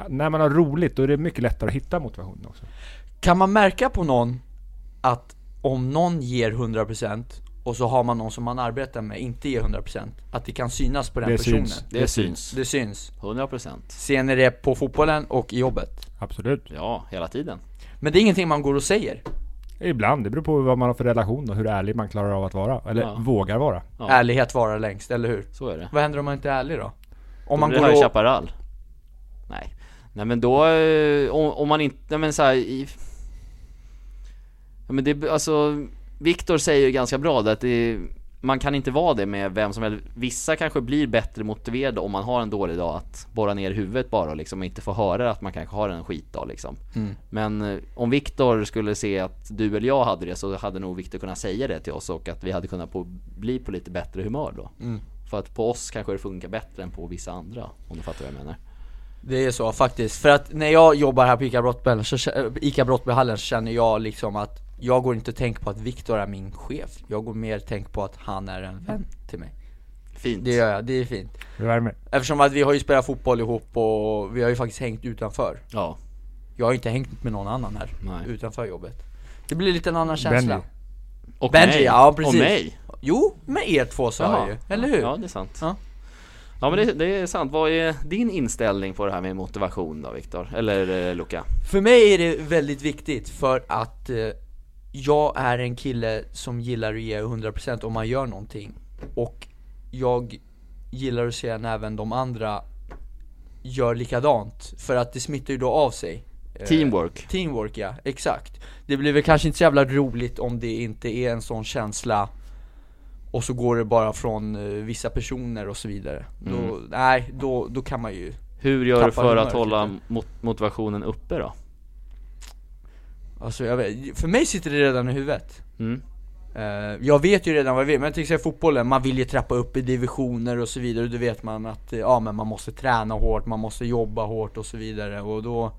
S3: när man har roligt då är det mycket lättare att hitta motivationen också.
S1: Kan man märka på någon att om någon ger 100% och så har man någon som man arbetar med inte ger 100% Att det kan synas på den
S3: Det
S1: personen?
S3: syns.
S2: Det syns.
S1: Det syns
S2: 100%.
S1: Ser ni det på fotbollen och i jobbet?
S3: Absolut.
S2: Ja, hela tiden.
S1: Men det är ingenting man går och säger
S3: Ibland. Det beror på vad man har för relation och hur ärlig man klarar av att vara. Eller
S2: Ja.
S3: vågar vara.
S2: Ja.
S1: Ärlighet varar längst, eller hur?
S2: Så är det.
S1: Vad händer om man inte är ärlig då? Om
S2: Man
S1: man
S2: det
S1: går
S2: här
S1: och...
S2: Chaparral. Nej. Nej men då, eh, om, om man inte, nej men så här, i... Ja men det, alltså, Viktor säger ju ganska bra det att det, man kan inte vara det med vem som helst. Vissa kanske blir bättre motiverade om man har en dålig dag att borra ner huvudet bara liksom och inte få höra att man kanske har en skitdag liksom.
S1: Mm.
S2: Men eh, om Viktor skulle se att du eller jag hade det så hade nog Viktor kunnat säga det till oss och att vi hade kunnat på, bli på lite bättre humör då.
S1: Mm.
S2: För att på oss kanske det funkar bättre än på vissa andra, om du fattar vad jag menar.
S1: Det är så faktiskt, för att när jag jobbar här på ICA Brottbyhallen så, kä- äh, ICA Brottbyhallen så känner jag liksom att jag går inte och tänker på att Viktor är min chef, jag går mer och tänker på att han är en vän till mig
S2: Fint.
S1: Det gör jag, det är fint
S3: Det värmer.
S1: Eftersom att vi har ju spelat fotboll ihop och vi har ju faktiskt hängt utanför
S2: Ja.
S1: Jag har ju inte hängt med någon annan här,
S2: Nej.
S1: utanför jobbet Det blir lite en annan känsla
S3: Benji.
S2: Och
S1: Benji,
S2: mig.
S1: ja precis
S2: Och mig.
S1: Jo, med er två sa jag ju, eller hur?
S2: Ja, det är sant.
S1: Ja.
S2: Ja men det, det är sant. Vad är din inställning på det här med motivation då Viktor? Eller eh, Luca?
S1: För mig är det väldigt viktigt för att eh, jag är en kille som gillar att ge 100% om man gör någonting. Och jag gillar att se när även de andra gör likadant. För att det smittar ju då av sig. Eh,
S2: Teamwork.
S1: Teamwork ja, exakt. Det blir väl kanske inte så jävla roligt om det inte är en sån känsla och så går det bara från eh, vissa personer och så vidare. Då, nej, då, då kan man ju
S2: Hur gör du
S1: Tappar typ.
S2: för
S1: humöret
S2: att hålla
S1: lite.
S2: mot- motivationen uppe då?
S1: Alltså jag vet, för mig sitter det redan i huvudet.
S2: Mm.
S1: Eh, jag vet ju redan vad jag vill, men till exempel fotbollen, man vill ju trappa upp i divisioner och så vidare, och då vet man att eh, ja, men man måste träna hårt, man måste jobba hårt och så vidare, och då...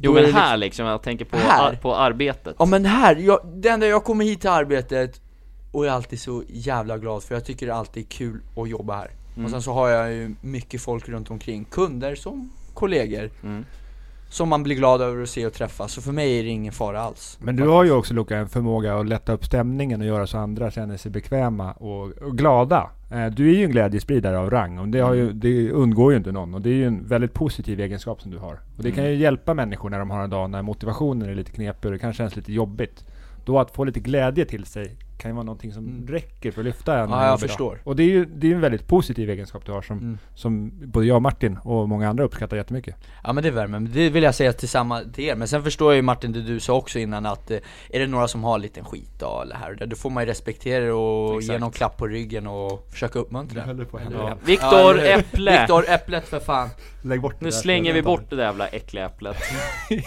S2: Jo
S1: då är
S2: men
S1: det liksom-
S2: här liksom, jag tänker på,
S1: Här?
S2: ar- på arbetet.
S1: Ja men här, jag, det enda jag kommer hit till arbetet och är alltid så jävla glad för jag tycker det alltid är kul att jobba här.
S2: Mm.
S1: Och sen så har jag ju mycket folk runt omkring, kunder som kollegor,
S2: Mm.
S1: som man blir glad över att se och träffa, så för mig är det ingen fara alls.
S3: Men du har ju också Luca en förmåga att lätta upp stämningen och göra så andra känner sig bekväma och, och glada. Eh, Du är ju en glädjespridare av rang och det, har
S1: Mm.
S3: ju, det undgår ju inte någon och det är ju en väldigt positiv egenskap som du har. Och det kan
S1: Mm.
S3: ju hjälpa människor när de har en dag när motivationen är lite knepig och det kanske känns lite jobbigt. Då att få lite glädje till sig kan ju vara någonting som räcker för att lyfta en.
S1: Mm. Ja, jag
S3: jobbig dag.
S1: förstår. Mm.
S3: Och det är ju det är ju en väldigt positiv egenskap du har som, som både jag och Martin och många andra uppskattar jättemycket.
S1: Ja men det värmer, Men det vill jag säga till, samma, till er. Men sen förstår jag ju Martin det du sa också innan att eh, är det några som har en liten skitdag eller här och där, då får man ju respektera det och ge
S2: Exakt.
S1: någon klapp på ryggen och försöka uppmuntra.
S3: Ja.
S2: Viktor
S1: eller hur?
S2: Äpple!
S1: Viktor Äpplet för fan!
S3: Lägg bort
S2: Nu slänger vi bort det där jävla äckliga äpplet.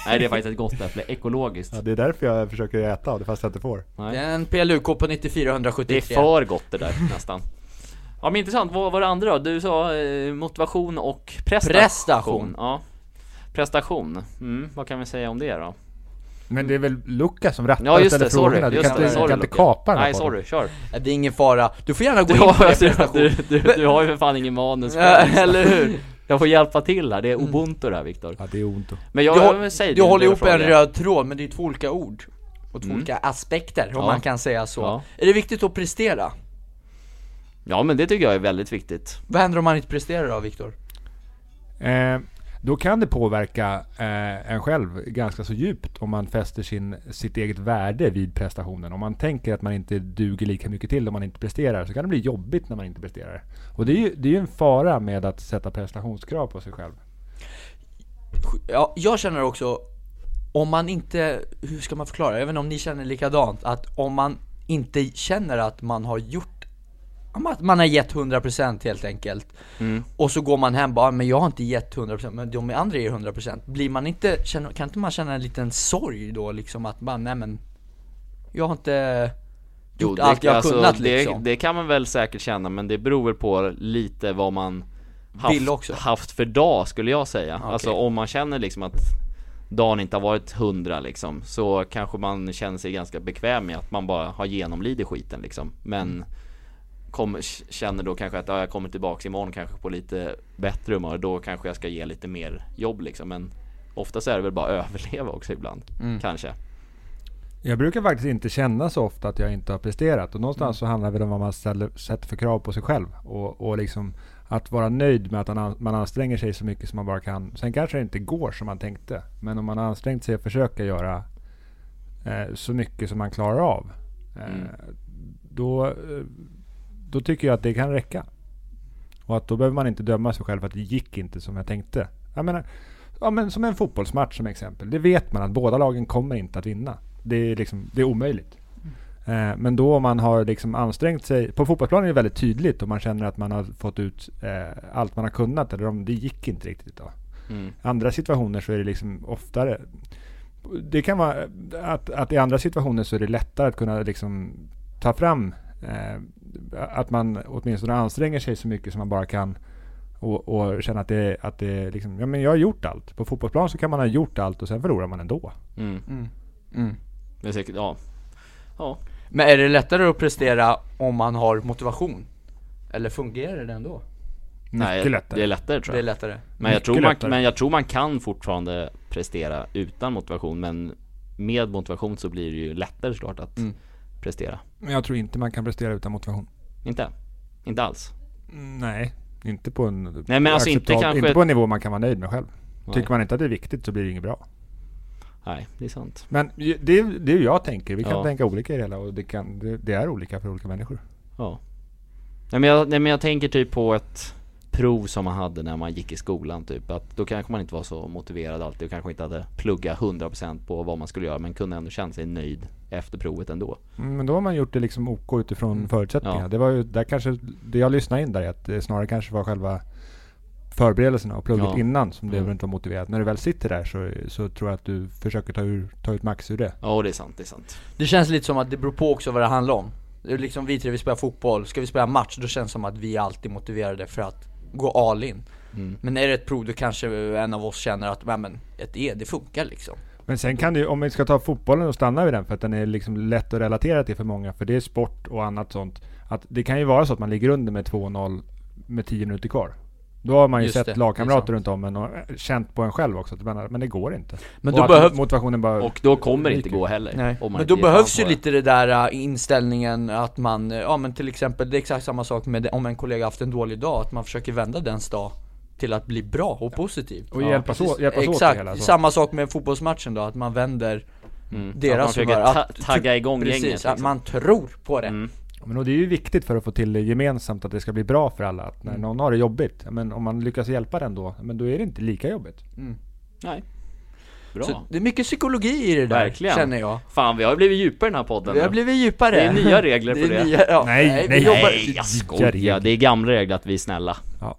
S2: Nej det är faktiskt ett gott äpple, ekologiskt.
S3: det är därför jag försöker äta av det fast jag inte får.
S1: Det är en PLUK på
S2: Det är
S1: 9473.
S2: för gott det där nästan. Ja men intressant, vad var det andra då? Du sa eh, motivation och prestation.
S1: Prestation.
S2: Ja. Prestation, mm, vad kan vi säga om det då?
S3: Men det är väl Luca som rattar
S2: Ja
S3: och
S2: just
S3: ställer
S2: det, sorry.
S3: frågorna. Du
S2: just
S3: kan,
S2: det,
S3: inte,
S2: sorry,
S3: kan inte
S2: Luca.
S3: kapa den här
S2: Nej
S3: podden.
S2: sorry, kör.
S1: Det är ingen fara. Du får gärna gå in
S2: Ja,
S1: på er
S2: du,
S1: prestation.
S2: du, du, du har ju för fan ingen manus
S1: Ja,
S2: kvar.
S1: eller hur?
S2: Jag får hjälpa till här, det är ubuntu det här Viktor.
S3: Ja, det är ont.
S1: Du,
S2: Men jag,
S1: hå-
S2: jag säger
S1: du
S2: din
S1: håller ihop
S2: fråga.
S1: en röd tråd, men det är två olika ord. Och två
S2: Mm.
S1: olika aspekter, om
S2: Ja.
S1: man kan säga så.
S2: Ja.
S1: Är det viktigt att prestera?
S2: Ja men det tycker jag är väldigt viktigt.
S1: Vad händer om man inte presterar då, Viktor?
S3: Eh, då kan det påverka eh, en själv ganska så djupt om man fäster sin, sitt eget värde vid prestationen. Om man tänker att man inte duger lika mycket till om man inte presterar så kan det bli jobbigt när man inte presterar. Och det är ju, det är ju en fara med att sätta prestationskrav på sig själv.
S1: ja, jag känner också, om man inte, hur ska man förklara, även om ni känner likadant, att om man inte känner att man har gjort, om att man har gett 100% helt enkelt,
S2: Mm.
S1: och så går man hem bara, men jag har inte gett 100% men de andra ger 100% Blir man inte, känner- kan inte man känna en liten sorg då liksom att bara, nej men, jag har inte gjort allt jag har
S2: alltså,
S1: kunnat
S2: det,
S1: liksom
S2: det kan man väl säkert känna men det beror väl på lite vad man haft,
S1: Vill också.
S2: haft för dag skulle jag säga.
S1: Okej.
S2: Alltså om man känner liksom att dagen inte har varit hundra liksom så kanske man känner sig ganska bekväm med att man bara har genomlidit skiten liksom.
S1: Mm.
S2: Men kommer- känner då kanske att ja, jag kommer tillbaks imorgon kanske på lite bättre humör då kanske jag ska ge lite mer jobb liksom. Men oftast är det väl bara överleva också ibland.
S1: Mm.
S2: Kanske.
S3: Jag brukar faktiskt inte känna så ofta att jag inte har presterat. Och någonstans så handlar det om vad man ställer, sätter för krav på sig själv. Och, och liksom att vara nöjd med att man- man anstränger sig så mycket som man bara kan. Sen kanske det inte går som man tänkte. Men om man har ansträngt sig att försöka göra eh, så mycket som man klarar av. Eh,
S2: Mm.
S3: då, eh, då tycker jag att det kan räcka. Och att då behöver man inte döma sig själv för att det gick inte som jag tänkte. Jag menar, ja, men som en fotbollsmatch som exempel. Det vet man att båda lagen kommer inte att vinna. Det är, liksom, det är omöjligt. Eh, Men då om man har liksom ansträngt sig. På fotbollsplanen är det väldigt tydligt om man känner att man har fått ut eh, allt man har kunnat. Eller om det gick inte riktigt. Då.
S2: Mm.
S3: Andra situationer så är det liksom oftare. Det kan vara att, att i andra situationer så är det lättare att kunna liksom ta fram eh, att man åtminstone anstränger sig så mycket som man bara kan och, och känna att det, att det liksom, ja men jag har gjort allt. På fotbollsplan så kan man ha gjort allt och sen förlorar man ändå.
S2: Mm.
S1: Mm.
S2: Men säkert, ja. Ja.
S1: Men är det lättare att prestera om man har motivation? Eller fungerar det ändå?
S2: Nej,
S3: Mycket lättare.
S2: Det är lättare tror
S1: Det är
S2: jag.
S1: lättare
S2: Men jag
S3: mycket
S2: tror, man,
S3: lättare.
S2: men jag tror man kan fortfarande prestera utan motivation men med motivation så blir det ju lättare såklart att
S1: Mm.
S2: prestera.
S3: Men jag tror inte man kan prestera utan motivation.
S2: Inte? Inte alls?
S3: Mm, Nej, Inte på en,
S2: Nej, men alltså inte
S3: acceptabel-
S2: kanske-
S3: inte på en nivå man kan vara nöjd med själv.
S2: Nej.
S3: Tycker man inte att det är viktigt så blir det inget bra.
S2: Nej, det är sant.
S3: Men ju- det är det är ju jag tänker. Vi kan
S2: Ja.
S3: tänka olika i det hela och det, kan, det, det är olika för olika människor.
S2: Ja. Nej men, jag, nej men jag tänker typ på ett prov som man hade när man gick i skolan typ. Att då kanske man inte var så motiverad alltid och kanske inte hade pluggat 100% på vad man skulle göra men kunde ändå känna sig nöjd efter provet ändå.
S3: Mm, Men då har man gjort det liksom OK utifrån
S1: Mm.
S3: förutsättningarna.
S2: Ja.
S3: Det var ju, där kanske, det jag lyssnade in där är att det snarare kanske var själva förberedelserna och plugget
S2: Ja.
S3: innan som det
S2: Mm.
S3: mm. inte var motiverat. När du väl sitter där så, så tror jag att du försöker ta, ur, ta ut max ur det.
S2: Ja och det är sant, det är sant.
S1: Det känns lite som att det beror på också vad det handlar om. Det är liksom vi tre, vi spelar fotboll, ska vi spela match då känns det som att vi är alltid motiverade för att gå all in.
S2: Mm.
S1: Men är det ett prov då kanske en av oss känner att, "Nej, men ett E, det funkar liksom.
S3: Men sen kan det ju, om vi ska ta fotbollen och stanna vid den för att den är liksom lätt att relatera till för många. För det är sport och annat sånt. Att det kan ju vara så att man ligger under med 2-0 med 10 minuter kvar. Då har man ju
S1: Just det, det
S3: sett
S1: är
S3: lagkamrater
S1: sant.
S3: runt om en och eh, känt på en själv också. Att man, men det går inte.
S1: Men
S3: och
S1: då
S3: att
S1: behöv-
S3: motivationen bara...
S2: Och då kommer det inte gå heller.
S1: Nej.
S3: Oh
S2: om man
S1: Men
S2: inte
S1: då
S2: ger
S1: behövs
S2: fan
S1: ju
S2: på det.
S1: lite det där äh, inställningen att man, äh, ja men till exempel, det är exakt samma sak med om en kollega haft en dålig dag, att man försöker vända dens dag till att bli bra och positiv.
S3: Och
S2: Ja,
S3: hjälpas,
S1: Precis.
S3: åt, hjälpas åt
S1: exakt,
S3: det hela. alltså. så.
S1: samma sak med fotbollsmatchen då, att man vänder
S2: Mm.
S1: deras
S2: Att man försöker
S1: humör,
S2: ta-
S1: att-
S2: tagga igång
S1: Precis,
S2: gänget. liksom.
S1: att man tror på det.
S2: Mm.
S3: Men och det är ju viktigt för att få till det gemensamt att det ska bli bra för alla. Att
S2: Mm.
S3: när någon har det jobbigt, ja, men om man lyckas hjälpa den då, ja, men då är det inte lika jobbigt.
S2: Mm. Nej. Bra.
S1: Så det är mycket psykologi i det där,
S2: Verkligen.
S1: känner jag.
S2: Fan vi har ju blivit djupare i den här podden
S1: Vi har
S2: nu.
S1: blivit djupare.
S2: Det är nya regler
S1: Det är
S2: på det.
S1: nya- ja.
S3: Nej,
S1: vi
S3: nej,
S1: jobbar-
S2: Nej jag
S3: regler.
S2: skojar, det är gamla regler att vi är snälla.
S3: Ja.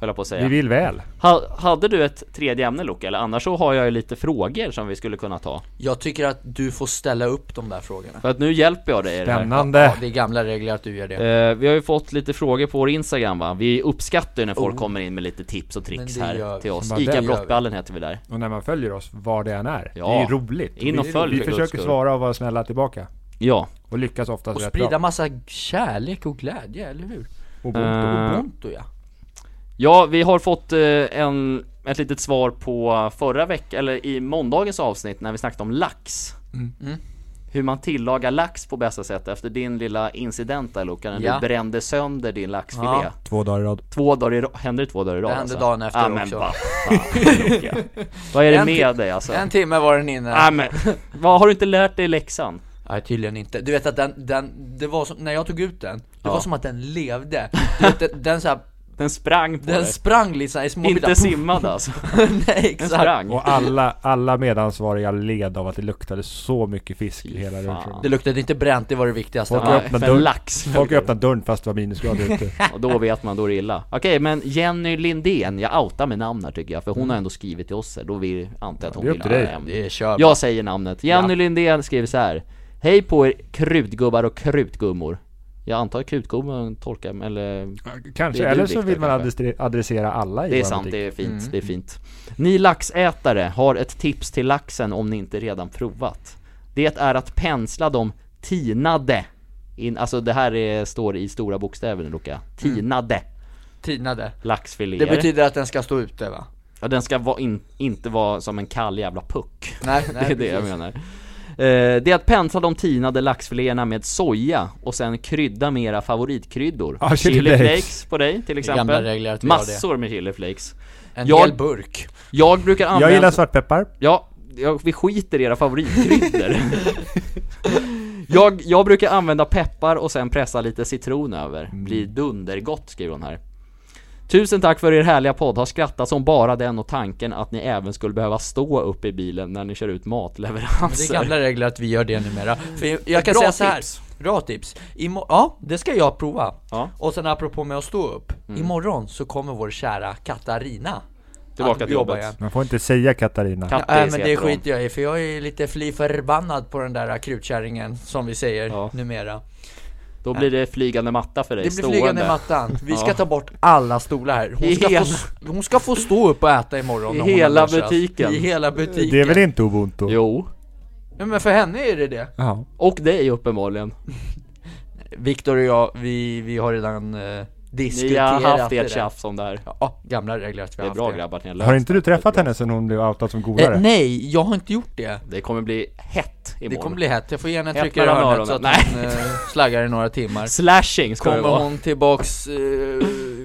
S2: Höll jag på att säga.
S3: Vi vill väl.
S2: Ha, hade du ett tredje ämne Luke, eller annars så har jag ju lite frågor som vi skulle kunna ta.
S1: Jag tycker att du får ställa upp de där frågorna.
S2: För att nu hjälper jag dig i det här.
S1: Ja,
S3: Spännande.
S1: det är gamla regler att du gör det.
S2: Eh, vi har ju fått lite frågor på vår Instagram va? Vi uppskattar ju när folk kommer in med lite tips och tricks
S1: Oh. det gör
S2: här
S1: vi.
S2: till oss.
S3: Bara, det
S2: Ica
S1: gör vi.
S2: Brottballen heter vi där.
S3: Och när man följer oss, var det än är.
S2: Ja.
S3: Det är ju roligt.
S2: In och
S3: vi,
S2: följ,
S3: vi
S2: för guds
S3: försöker
S2: skull.
S3: svara och vara snälla tillbaka.
S2: Ja.
S3: Och lyckas oftast
S1: Och
S3: rätt
S1: sprida
S3: bra.
S1: massa kärlek och glädje, eller hur?
S3: Och
S2: Eh,
S1: Ubuntu ja.
S2: Ja, vi har fått eh, en, ett litet svar på förra veckan, eller i måndagens avsnitt när vi snackade om lax.
S1: Mm.
S2: Hur man tillagar lax på bästa sätt efter din lilla incident där Luka, när
S1: Ja.
S2: du brände sönder din laxfilé.
S1: Ja.
S3: Två dagar i rad.
S2: Två dagar i rad, hände det två dagar i rad alltså?
S1: Det hände dagen efter
S2: ja, men
S1: också.
S2: vad fan, Luka. Vad är det
S1: En
S2: med dig alltså?
S1: En timme var den inne.
S2: Ja, men, vad har du inte lärt dig i läxan?
S1: Nej tydligen inte. Du vet att den, den, det var som, när jag tog ut den, det
S2: Ja.
S1: var som att den levde. Du vet, den, den, så här,
S2: Den sprang på
S1: den
S2: dig.
S1: sprang lite såhär i små
S2: Inte
S1: bitar.
S2: simmade alltså.
S1: Nej
S2: Den
S1: exakt.
S2: sprang.
S3: Och alla, alla medansvariga led av att det luktade så mycket fisk i
S2: Fy
S3: hela
S2: fan.
S3: rummet.
S1: Det luktade inte bränt, det var det viktigaste.
S3: Folk
S2: Ja,
S3: öppnar
S2: för
S3: dörr-
S2: en lax.
S3: Folk öppnade dörren fast det var minusgrader ute.
S2: Och då vet man, då är det illa. Okej, men Jenny Lindén, jag outar med namn här tycker jag, för hon har ändå skrivit till oss här, då vi antar jag att hon
S3: Mm. det är
S2: vill
S3: upp
S2: ha
S3: till dig.
S2: hem.
S1: Det är kör.
S2: Jag säger namnet. Jenny Lindén skriver så här. Hej på er krutgubbar och krutgummor. Jag antar krutgumman tolkar, eller
S3: Kanske,
S2: Det är
S3: eller
S2: du,
S3: så
S2: Viktor,
S3: vill man
S2: kanske.
S3: adressera, adressera alla i
S2: Det är
S3: vår
S2: sant,
S3: butik.
S2: det är fint, det är fint. Ni laxätare har ett tips till laxen om ni inte redan provat. Det är att pensla de tinade, in, alltså det här är, står i stora bokstäver nu Luka,
S3: Mm.
S2: tinade
S1: Tinade.
S2: laxfiléer.
S1: Det betyder att den ska stå ute va?
S2: ja, den ska vara in, inte vara som en kall jävla puck.
S1: Nej, nej
S2: det är det jag menar. Eh, det är att pensla de tinade laxfiléerna med soja och sen krydda med era favoritkryddor.
S3: Ah, chili
S2: chili
S3: flakes.
S2: flakes på dig till
S1: gamla
S2: exempel.
S1: regler att vi gör det.
S2: Massor med chili flakes.
S1: En
S2: Jag-
S1: hel burk.
S2: Jag brukar använda...
S3: Jag gillar svartpeppar.
S2: Ja, jag, vi skiter i era favoritkryddor. jag, jag brukar använda peppar och sen pressa lite citron över.
S1: Mm.
S2: Blir dundergott, skriver hon här. Tusen tack för er härliga podd, har skrattat som bara den och tanken att ni även skulle behöva stå upp i bilen när ni kör ut
S1: Det är
S2: matleveranser.
S1: gamla regler att vi gör det numera. För jag, jag kan
S2: Bra
S1: säga så här.
S2: tips.
S1: Bra tips. Imo- ja, det ska jag prova.
S2: Ja. Mm.
S1: Och sen apropå med att stå upp. Imorgon så kommer vår kära Katarina.
S2: Tillbaka
S1: att
S2: till
S1: jobba
S2: jobbet.
S1: igen.
S3: Man får inte säga Katarina.
S2: Kat-
S1: Nej
S2: Grattis,
S1: men det
S2: heter hon.
S1: skiter jag i för jag är lite fly förbannad på den där krutkärringen som vi säger
S2: Ja.
S1: numera.
S2: Då blir det flygande matta för dig,
S1: Det blir flygande i mattan. Vi ska
S2: Ja.
S1: ta bort alla stolar här. Hon
S2: I
S1: ska,
S2: hela-
S1: få, s- hon ska få stå upp och äta imorgon
S2: I
S1: när hon har
S2: hela
S1: duschat.
S2: butiken.
S1: I hela butiken.
S3: Det är väl inte ubuntu?
S2: Jo,
S1: Ja, men för henne är det det.
S3: Ja.
S2: och dig uppenbarligen.
S1: Viktor och jag, vi, vi har redan eh,
S2: Ni
S1: diskuterat
S2: har haft
S1: det
S2: ert
S1: där.
S2: tjafs om det här.
S1: Ja, gamla regler att vi
S2: Det är
S1: haft
S2: bra
S1: det.
S2: grabbar att ni har löst
S3: Har inte
S2: det.
S3: du träffat
S2: Det är bra.
S3: henne sen hon blev outad som
S1: Eh,
S3: golare?
S1: nej, jag har inte gjort det.
S2: Det kommer bli hett
S1: Det
S2: imorgon.
S1: kommer bli hett, jag får ge henne ett
S2: Hett
S1: tryck i hörnet
S2: mellan
S1: så att
S2: öronen.
S1: hon eh, slaggar i några timmar.
S2: Slashing ska det
S1: Kommer
S2: vara.
S1: hon tillbaks eh,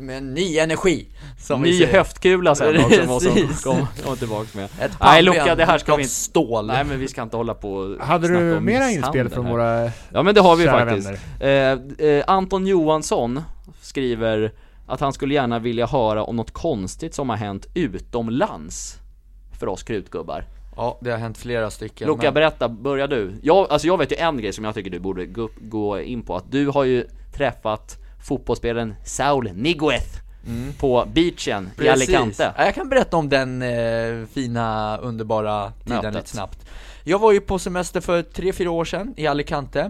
S1: med ny energi, som vi
S2: Ny
S1: säger.
S2: höftkula sen också måste hon
S1: Precis.
S2: kom, kom tillbaks med.
S1: Ett
S2: Nej,
S1: pannben
S2: Luca, det här ska
S1: av
S2: vi inte-
S1: stål.
S2: Nej men vi ska inte hålla på och
S3: Hade
S2: snacka
S3: du
S2: om
S3: mera
S2: misshandel
S3: inspel från
S2: här.
S3: våra
S2: Ja men det har vi
S3: kära
S2: faktiskt.
S3: vänner?
S2: Eh, eh, Anton Johansson skriver att han skulle gärna vilja höra om något konstigt som har hänt utomlands för oss krutgubbar.
S1: Ja, det har hänt flera stycken.
S2: Luca,
S1: men-
S2: berätta, börja du. Jag, alltså jag vet ju en grej som jag tycker du borde gå, gå in på, att du har ju träffat fotbollsspelaren Saul Niguez på beachen i Alicante.
S1: Ja, jag kan berätta om den eh, fina, underbara tiden
S2: Mötet.
S1: lite snabbt. Jag var ju på semester för 3-4 år sedan i Alicante.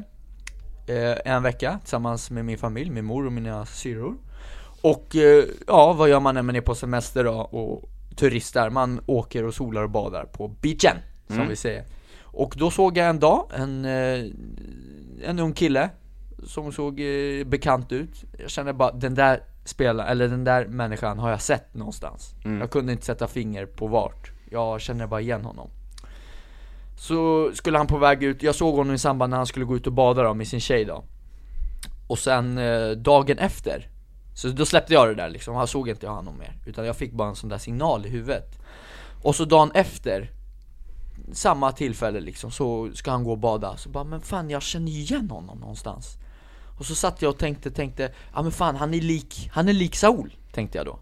S1: Eh, en vecka tillsammans med min familj, min mor och mina syrror. Och eh, ja, vad gör man när man är på semester då och turistar? Man åker och solar och badar på beachen, som
S2: Mm.
S1: vi säger. Och då såg jag en dag en, eh, en ung kille som såg eh, bekant ut. Jag kände bara, den där spelaren, eller den där människan har jag sett någonstans. Jag kunde inte sätta finger på vart. Jag kände bara igen honom. Så skulle han på väg ut, jag såg honom i samband när han skulle gå ut och bada då med sin tjej då. Och sen eh, dagen efter, så då släppte jag det där liksom, han såg inte jag honom mer. Utan jag fick bara en sån där signal i huvudet. Och så dagen efter, samma tillfälle liksom, så ska han gå och bada. Så bara, men fan jag känner ju igen honom någonstans. Och så satt jag och tänkte, tänkte, ja men fan han är lik, han är lik Saul, tänkte jag då.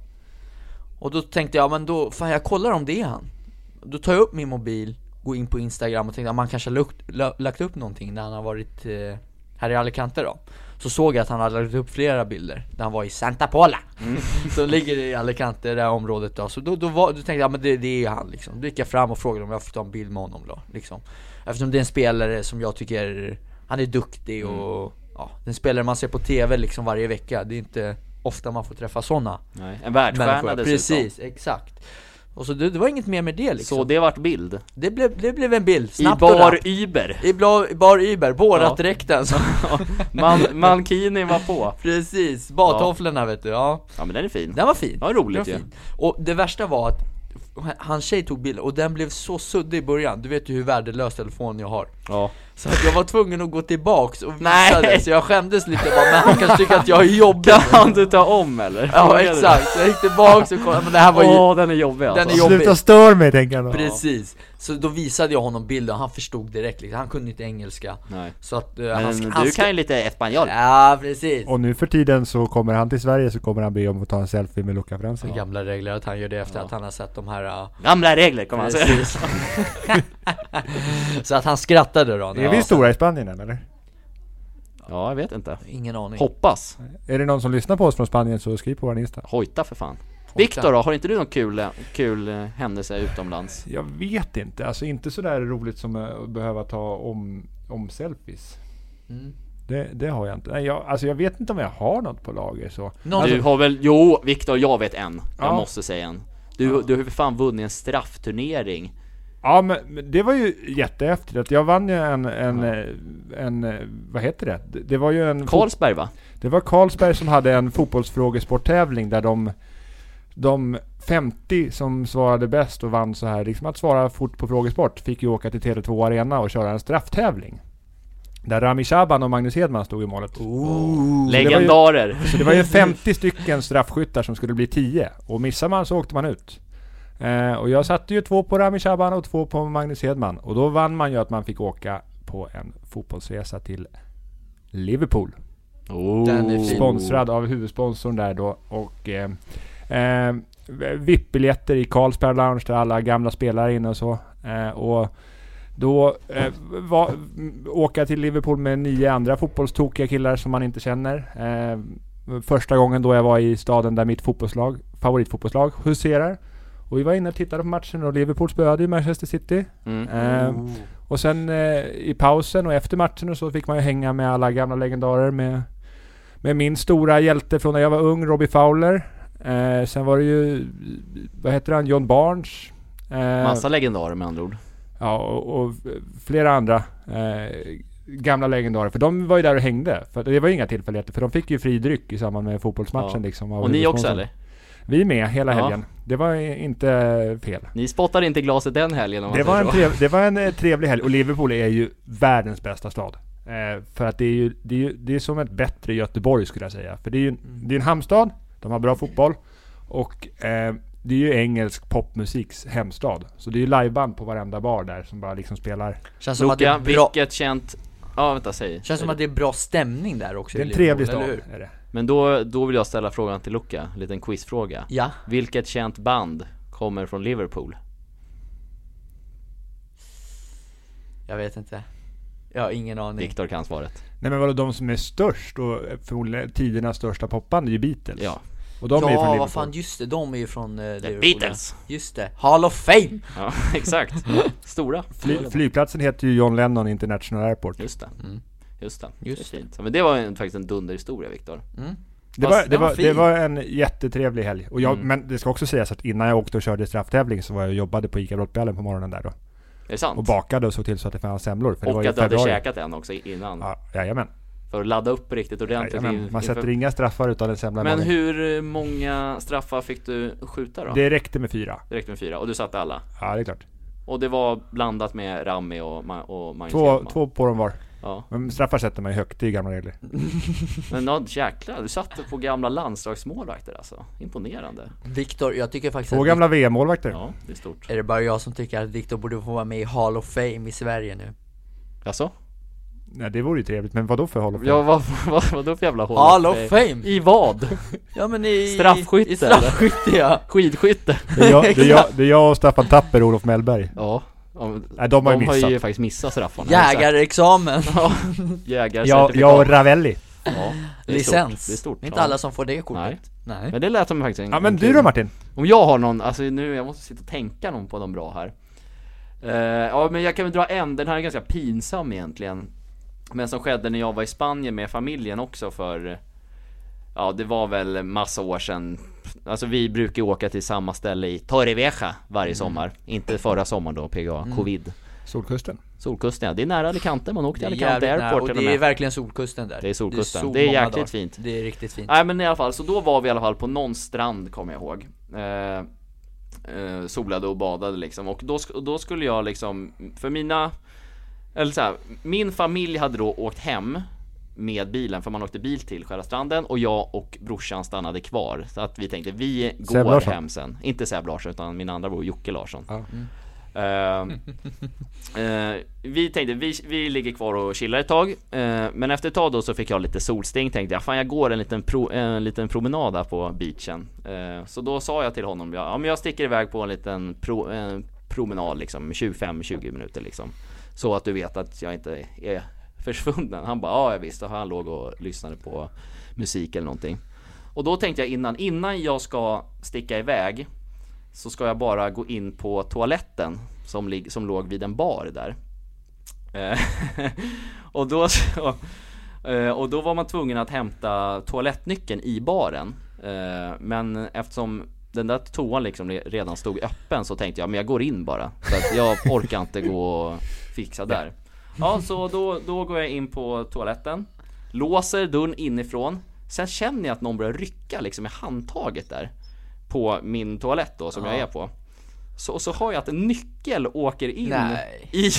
S1: Och då tänkte jag, men då, fan jag kollar om det är han. Då tar jag upp min mobil, går in på Instagram och tänkte att man kanske har lukt, la- lagt upp någonting när han har varit eh, här i Alicante då. Så såg jag att han hade lagt upp flera bilder där han var i Santa Pola. Som ligger i Alicante, det här området då. Så då, då, var, då tänkte jag, men det, det är ju han liksom. Då gick jag fram och frågade om jag fick ta en bild med honom då. Liksom. Eftersom det är en spelare som jag tycker, han är duktig och ja, det är en spelare man ser på TV liksom varje vecka. Det är inte ofta man får träffa sådana
S2: Nej, en världsstjärna
S1: människor.
S2: dessutom.
S1: Precis, exakt. Och så det, det var inget mer med det liksom.
S2: Så det vart bild.
S1: Det blev, det blev en bild,
S2: I
S1: snabbt och
S2: bar
S1: rappt.
S2: Uber.
S1: I bla, bar Uber, Borat-dräkten så-
S2: Man, mankinin var på.
S1: Precis, badtofflorna vet du, ja
S2: Ja men den är fin.
S1: Den var fin
S2: Ja, roligt
S1: Den var
S2: ju.
S1: fin. Och det värsta var att hans tjej tog bilden och den blev så suddig i början, du vet ju hur värdelös telefon jag har
S2: Ja.
S1: Så att jag var tvungen att gå tillbaks och visa
S2: Nej.
S1: det, så jag skämdes lite bara, men han kanske tycker att jag är jobbig
S2: Kan du ta om eller?
S1: Ja exakt, så jag gick tillbaks och kollade, men det här var ju,
S2: Åh den är jobbig alltså.
S1: den är jobbig
S3: Sluta stör mig tänker han då.
S1: Precis, så då visade jag honom bilden och han förstod direkt liksom. han kunde inte engelska
S2: Nej.
S1: Så att eh, han,
S2: Men
S1: sk-
S2: du
S1: han sk-
S2: kan ju lite espanjol.
S1: Ja precis
S3: Och nu för tiden så kommer han till Sverige så kommer han be om att ta en selfie med Luca Fransson.
S1: ja. gamla regler att han gör det efter att han har sett de här äh,
S2: Gamla regler kommer man säga.
S1: precis. Så att han skrattade då
S3: Är vi stora i Spanien än, eller?
S2: Ja jag vet inte.
S1: Ingen aning
S2: Hoppas.
S3: Är det någon som lyssnar på oss från Spanien så skriv på vår Insta.
S2: Hojta för fan. Viktor då, har inte du någon kul, kul eh, händelse utomlands?
S3: Jag vet inte. Alltså inte sådär roligt som eh, att behöva ta om, om selfies.
S1: Mm.
S3: Det, det har jag inte. Nej, jag, alltså jag vet inte om jag har något på lager så.
S1: Någon
S2: Du har väl, jo Viktor jag vet en. Jag
S3: Ja.
S2: måste säga en. Du, du har ju för fan vunnit en straffturnering.
S3: Ja men men det var ju jättehäftigt. att Jag vann ju en, en, eh, en, eh, vad heter det? Det- Det var ju en...
S2: Karlsberg va?
S3: Det var Carlsberg som hade en fotbollsfrågesporttävling där de, de 50 som svarade bäst och vann så här, liksom att svara fort på frågesport, fick ju åka till Tele2 Arena och köra en strafftävling. Där Rami Shaban och Magnus Hedman stod i målet. Oh,
S2: Legendarer.
S3: Så det var ju 50 stycken straffskyttar som skulle bli 10 och missar man så åkte man ut. Eh, och jag satte ju två på Rami Shaban och två på Magnus Hedman och då vann man ju att man fick åka på en fotbollsresa till Liverpool
S2: Oh.
S1: Den är fin.
S3: sponsrad av huvudsponsorn där då och eh, eh, VIP-biljetter i Carlsberg Lounge där alla gamla spelare är inne och så. Eh, och då eh, va, m- åka till Liverpool med nio andra fotbollstokiga killar som man inte känner. Eh, första gången då jag var i staden där mitt fotbollslag, favoritfotbollslag, huserar. Och vi var inne och tittade på matchen och Liverpool spöade ju Manchester City.
S2: Mm.
S3: Eh, och sen eh, i pausen och efter matchen och så fick man ju hänga med alla gamla legendarer med, med min stora hjälte från när jag var ung, Robbie Fowler. Eh, sen var det ju, vad heter han, John Barnes. Eh,
S2: Massa legendarer med andra ord.
S3: Ja, och, och flera andra eh, gamla legendarer, för de var ju där och hängde. För det var ju inga tillfälligheter, för de fick ju fri dryck i samband med fotbollsmatchen
S2: Ja.
S3: liksom. av
S2: Och ni också
S3: huvudsponsor.
S2: eller?
S3: Vi med hela
S2: Ja.
S3: helgen. Det var i- inte fel.
S2: Ni spottade inte i glaset den helgen om man
S3: Det var, en
S2: säger så.
S3: trev, det var en eh, trevlig helg och Liverpool är ju världens bästa stad. Eh, för att det är ju, det är ju det är som ett bättre Göteborg skulle jag säga. För det är
S1: Mm.
S3: ju det är en hamnstad, de har bra fotboll och eh, det är ju engelsk popmusiks hemstad. Så det är ju liveband på varenda bar där som bara liksom spelar.
S1: Känns som att det
S2: Luka,
S1: är bra,
S2: vilket känt... Ja vänta, säg.
S1: känns som att det är bra stämning där också
S3: Det är
S1: i
S3: en
S1: Liverpool,
S3: trevlig stad.
S1: eller hur?
S3: Är det.
S2: Men då, då vill jag ställa frågan till Luca, en liten quizfråga.
S1: Ja,
S2: Vilket känt band kommer från Liverpool?
S1: jag vet inte Jag har ingen aning
S2: Viktor kan svaret.
S3: Nej men vadå, de som är störst och eh, förmodligen tidernas största popband är ju Beatles.
S2: Ja.
S3: Och de är ju från
S1: Ja,
S3: Liverpool.
S1: vad fan, just det, de är ju från eh, Liverpool
S2: Beatles.
S1: ja. Just det, Hall of Fame!
S2: Ja, exakt. Stora.
S3: Fly, flygplatsen heter ju John Lennon International Airport.
S2: Just det. Just det.
S1: Mm. Just
S2: det. är fint. Ja, Men det var en, faktiskt en dunderhistoria Viktor.
S3: Det
S2: Fast
S3: var, det,
S1: den var
S3: var, det
S1: fin.
S3: var en jättetrevlig helg. Och jag,
S2: Mm.
S3: Men det ska också sägas att innan jag åkte och körde strafftävling så var jag och jobbade på ICA Brottbjällen på morgonen där då.
S2: Är det sant?
S3: Och bakade och såg till så att det fanns semlor. För det var
S2: Och
S3: ju
S2: att du hade
S3: februari.
S2: käkat en också innan.
S3: Ja, jajamän.
S2: För att ladda upp riktigt ordentligt.
S3: jajamän.
S2: in-
S3: Man sätter
S2: inför-
S3: inga straffar utan en semla i
S2: Men
S3: magen.
S2: hur många straffar fick du skjuta då?
S3: Det räckte med fyra.
S2: Direkt med fyra. Och du satte alla?
S3: Ja, det är klart.
S2: Och det var blandat med Rami och, Ma- och Magnus
S3: Två,
S2: Hedman.
S3: två på dem var.
S2: Ja.
S3: Men straffar sätter man ju högt, det är gamla regler.
S2: Men ja, jäklar, du satte på gamla landslagsmålvakter alltså. Imponerande.
S1: Viktor, jag tycker faktiskt
S3: Två
S1: att
S3: gamla VM-målvakter.
S2: Ja, det är
S3: Eh,
S2: stort.
S1: Är det bara jag som tycker att Viktor borde få vara med i Hall of Fame i Sverige nu?
S2: Alltså?
S3: Nej, det vore ju trevligt. Men vad då för håll och
S2: Ja, vad, vad, vad då för jävla hål? Eh,
S1: Hall of Fame!
S2: I vad?
S1: Ja men i...
S2: Straffskytte,
S1: I straffskytte ja!
S2: Skidskytte?
S3: Det är jag, det är jag, det är jag och Staffan Tapper och Olof Mellberg.
S2: Ja. Om,
S3: Nej, de har ju
S2: de har ju
S3: missat.
S2: faktiskt missat straffarna.
S1: Jägarexamen!
S2: Exakt. Ja, jägarcertifikat.
S3: Jag, jag och
S2: Mm,
S3: Ravelli.
S2: Ja, det är
S1: Licens!
S2: Stort. Det är stort.
S1: inte
S2: ja.
S1: alla som får det kortet Nej,
S2: Men det lät som faktiskt en,
S3: Ja, men
S2: en
S3: du
S2: kul-
S3: då Martin?
S2: Om jag har någon, alltså nu, jag måste sitta och tänka någon på de bra här Eh, Ja men jag kan väl dra en, den här är ganska pinsam egentligen Men som skedde när jag var i Spanien med familjen också för Ja det var väl massa år sedan Alltså vi brukar ju åka till samma ställe i Torrevieja
S1: Mm.
S2: varje sommar Inte förra sommaren då PGA, covid
S3: Solkusten.
S2: Solkusten ja, det är nära Alicante, man åker
S1: Det
S2: till
S1: är
S2: Alicante
S1: jävligt nära,
S2: Airport
S1: och
S2: till och
S1: det är
S2: med.
S1: verkligen solkusten där
S2: Det är solkusten.
S1: sol
S2: Det är
S1: många
S2: jäkligt fint.
S1: Det är riktigt fint
S2: Nej men i alla fall, så då var vi i alla fall på någon strand kommer jag ihåg eh, eh, Solade och badade liksom och då, sk- och då skulle jag liksom, för mina Eller så här, min familj hade då åkt hem Med bilen, för man åkte bil till själva stranden och jag och brorsan stannade kvar Så att vi tänkte, vi
S3: Seb
S2: går
S3: Larsson.
S2: hem sen Inte Seb Larsson utan min andra bror Jocke Larsson
S3: Ja.
S2: Eh, Eh, vi tänkte, vi, vi ligger kvar och chillar ett tag eh, Men efter ett tag då så fick jag lite solsting tänkte jag Fan jag går en liten, pro, en liten promenad där på beachen eh, Så då sa jag till honom ja, ja men jag sticker iväg på en liten pro, eh, promenad liksom 25-20 minuter liksom Så att du vet att jag inte är försvunnen Han bara ja jag visste, han låg och lyssnade på musik eller någonting Och då tänkte jag innan, innan jag ska sticka iväg så ska jag bara gå in på toaletten som, lig- som låg vid en bar där. Eh, och, då så, eh, och då var man tvungen att hämta toalettnyckeln i baren. Eh, Men eftersom den där toan liksom re- redan stod öppen så tänkte jag men jag går in bara. För att jag orkar inte gå och fixa där. Ja, så då, då går jag in på toaletten. Låser dörren inifrån. Sen känner jag att någon börjar rycka liksom i handtaget där. På min toalett då som jag är på. Så, så har jag att en nyckel åker in
S1: Nej.
S2: i,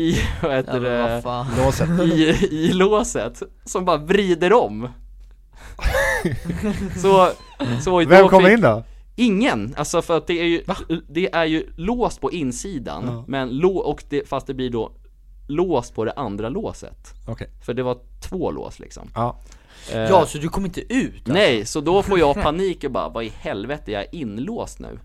S2: i, vad
S1: ja,
S2: heter
S1: men
S2: det?
S1: vad fan
S3: Låset.
S2: i, i låset som bara vrider om. så, så
S3: Vem
S2: då
S3: kommer
S2: fick-
S3: in då?
S2: Ingen, alltså för att det är ju, det är ju låst på insidan, men lå, och det, fast det blir då låst på det andra låset.
S3: Okej.
S2: För det var två lås liksom.
S3: Ja.
S2: Eh,
S1: Ja, så du kom inte ut? alltså?
S2: Nej, så då får jag panik och bara, vad i helvete, jag är inlåst nu.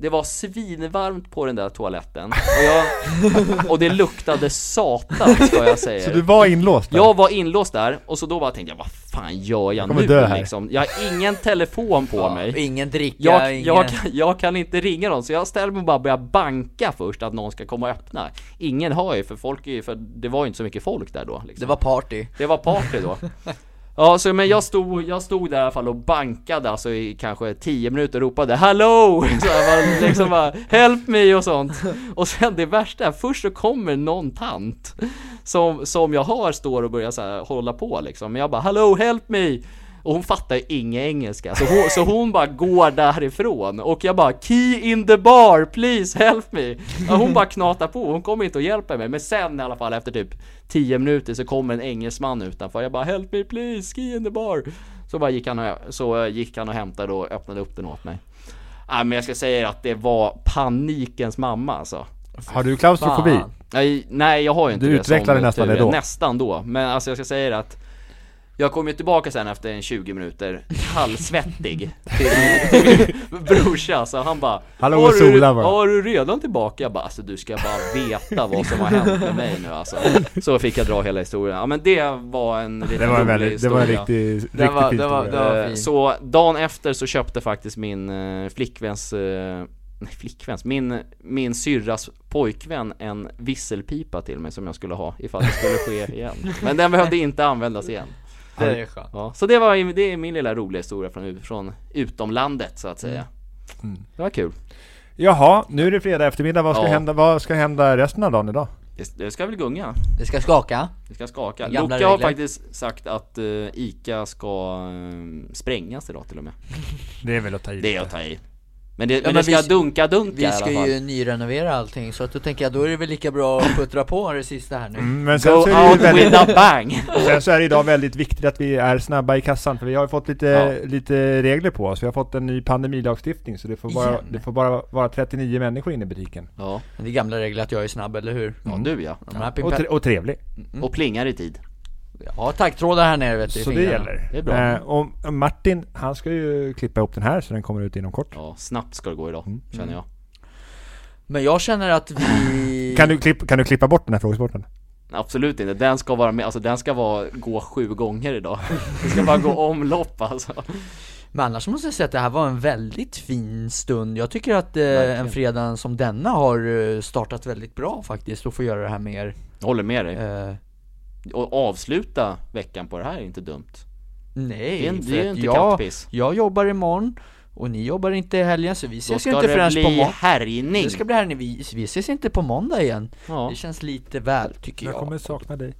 S2: Det var svinvarmt på den där toaletten och, jag, och det luktade satan ska jag säga.
S3: Så du var inlåst? där?
S2: Eh, Jag var inlåst där och så då bara tänkte jag, vad fan gör jag
S3: kommer
S2: nu
S3: dö här.
S2: liksom? Jag har ingen telefon på mig.
S1: Ingen dricka,
S2: Jag,
S1: ingen...
S2: jag, kan, jag kan inte ringa någon så jag ställer mig och bara börjar banka först att någon ska komma och öppna. Ingen har ju för folk är ju, för det var ju inte så mycket folk där då. Liksom.
S1: Det var party
S2: Det var party då. Ja, så, men jag stod, jag stod där i alla fall och bankade alltså i kanske 10 minuter och ropade 'Hallå!' Så här, bara, liksom bara 'Help me!' och sånt. Och sen det värsta är, först så kommer någon tant som, som jag hör står och börjar så här, hålla på liksom. Men jag bara 'Hallå, help me!' Och hon fattar ju ingen engelska, så hon, så hon bara går därifrån och jag bara 'Key in the bar, please help me' ja, Hon bara knatar på, hon kommer inte att hjälpa mig men sen i alla fall efter typ 10 minuter så kommer en engelsman utanför Jag bara 'Help me please, key in the bar' Så bara gick han och, så gick han och hämtade och öppnade upp den åt mig Nej men jag ska säga er att det var panikens mamma alltså
S3: Har du klaustrofobi?
S1: Fan.
S2: Nej, nej jag har ju inte
S3: Du
S2: det
S3: utvecklade
S2: som
S3: nästan
S2: tur är.
S3: det då.
S2: Nästan då, men alltså jag ska säga det att jag kom ju tillbaka sen efter en 20 minuter, kallsvettig till min brorsa, så han bara
S3: Hallå,
S2: "Har du-
S3: sola, va?"
S2: Har du redan tillbaka? Jag bara alltså du ska bara veta vad som har hänt med mig nu alltså Så fick jag dra hela historien, ja men det var en liten
S3: Det var en
S2: rolig
S3: väldigt, det var en
S2: historia.
S3: riktig, riktig
S1: Den var,
S3: fin
S1: den var,
S3: historia.
S1: den var
S2: Eh,
S1: fin.
S2: Så dagen efter så köpte faktiskt min eh, flickväns, eh, nej flickväns, min, min syrras pojkvän en visselpipa till mig som jag skulle ha ifall det skulle ske igen. Men den behövde inte användas igen.
S1: det är skönt.
S2: Ja, så det var det är min lilla roliga historia från, ut- från utomlandet så att säga.
S3: Mm.
S2: Det var kul.
S3: Jaha, nu är det fredag eftermiddag. Vad ska,
S2: Ja.
S3: hända, vad ska hända resten av dagen idag?
S2: Det, det ska väl gunga.
S1: Det ska skaka.
S2: Det ska skaka.
S1: Gamla
S2: Luca har
S1: regler.
S2: faktiskt sagt att eh, ICA ska eh, sprängas idag till och med.
S3: Det är väl att ta i.
S2: Det är att ta i. Men det, men
S1: men
S2: det ska
S1: vi-
S2: dunka-dunka i
S1: Vi
S2: alla
S1: ska
S2: fall.
S1: ju nyrenovera allting, så att då tänker jag då är det väl lika bra att puttra på det sista här nu.
S3: Mm, men sen
S2: Go
S3: så, är
S2: out
S3: det ju väldigt,
S2: with a bang!
S3: sen så är det idag väldigt viktigt att vi är snabba i kassan för vi har ju fått lite,
S2: Ja.
S3: lite regler på oss. Vi har fått en ny pandemilagstiftning så det får, bara,
S1: Igen.
S3: det får bara vara 39 människor inne i butiken.
S2: Ja,
S1: Men det är gamla regler att jag är snabb, eller hur?
S2: ja
S3: Mm.
S2: du ja.
S1: De här
S3: Och,
S1: pimpe-
S3: tre, och trevlig.
S2: Och plingar i tid.
S1: Jag har taggtrådar här nere vet du i
S3: Så det
S1: fingrarna.
S3: gäller.
S2: Det är bra.
S3: Eh, och Martin, han ska ju klippa ihop den här så den kommer ut inom kort.
S2: Ja, snabbt ska det gå idag,
S3: Mm.
S2: känner jag.
S1: Men jag känner att vi...
S3: Kan, du klipp, kan du klippa bort den här frågesporten? Mm.
S2: Absolut inte, den ska vara med, alltså den ska vara, gå sju gånger idag. Den ska bara gå omlopp alltså.
S1: Men annars måste jag säga att det här var en väldigt fin stund. Jag tycker att eh,
S2: Verkligen.
S1: en fredag som denna har eh, startat väldigt bra faktiskt, att få göra det här med er.
S2: Jag håller med dig.
S1: Eh,
S2: Och avsluta veckan på det här är inte dumt.
S1: nej,
S2: Det är, en-
S1: för
S2: det är ju
S1: att
S2: inte
S1: jag,
S2: kattpiss.
S1: jag jobbar imorgon och ni jobbar inte i helgen, så vi
S2: Då
S1: ses ju
S2: ska
S1: inte
S2: det
S1: förrän på
S2: bli
S1: måndag.
S2: härjning.
S1: Det ska bli här när vi, vi ses inte på måndag igen.
S2: Ja.
S1: Det känns lite väl tycker jag.
S3: Jag kommer sakna dig.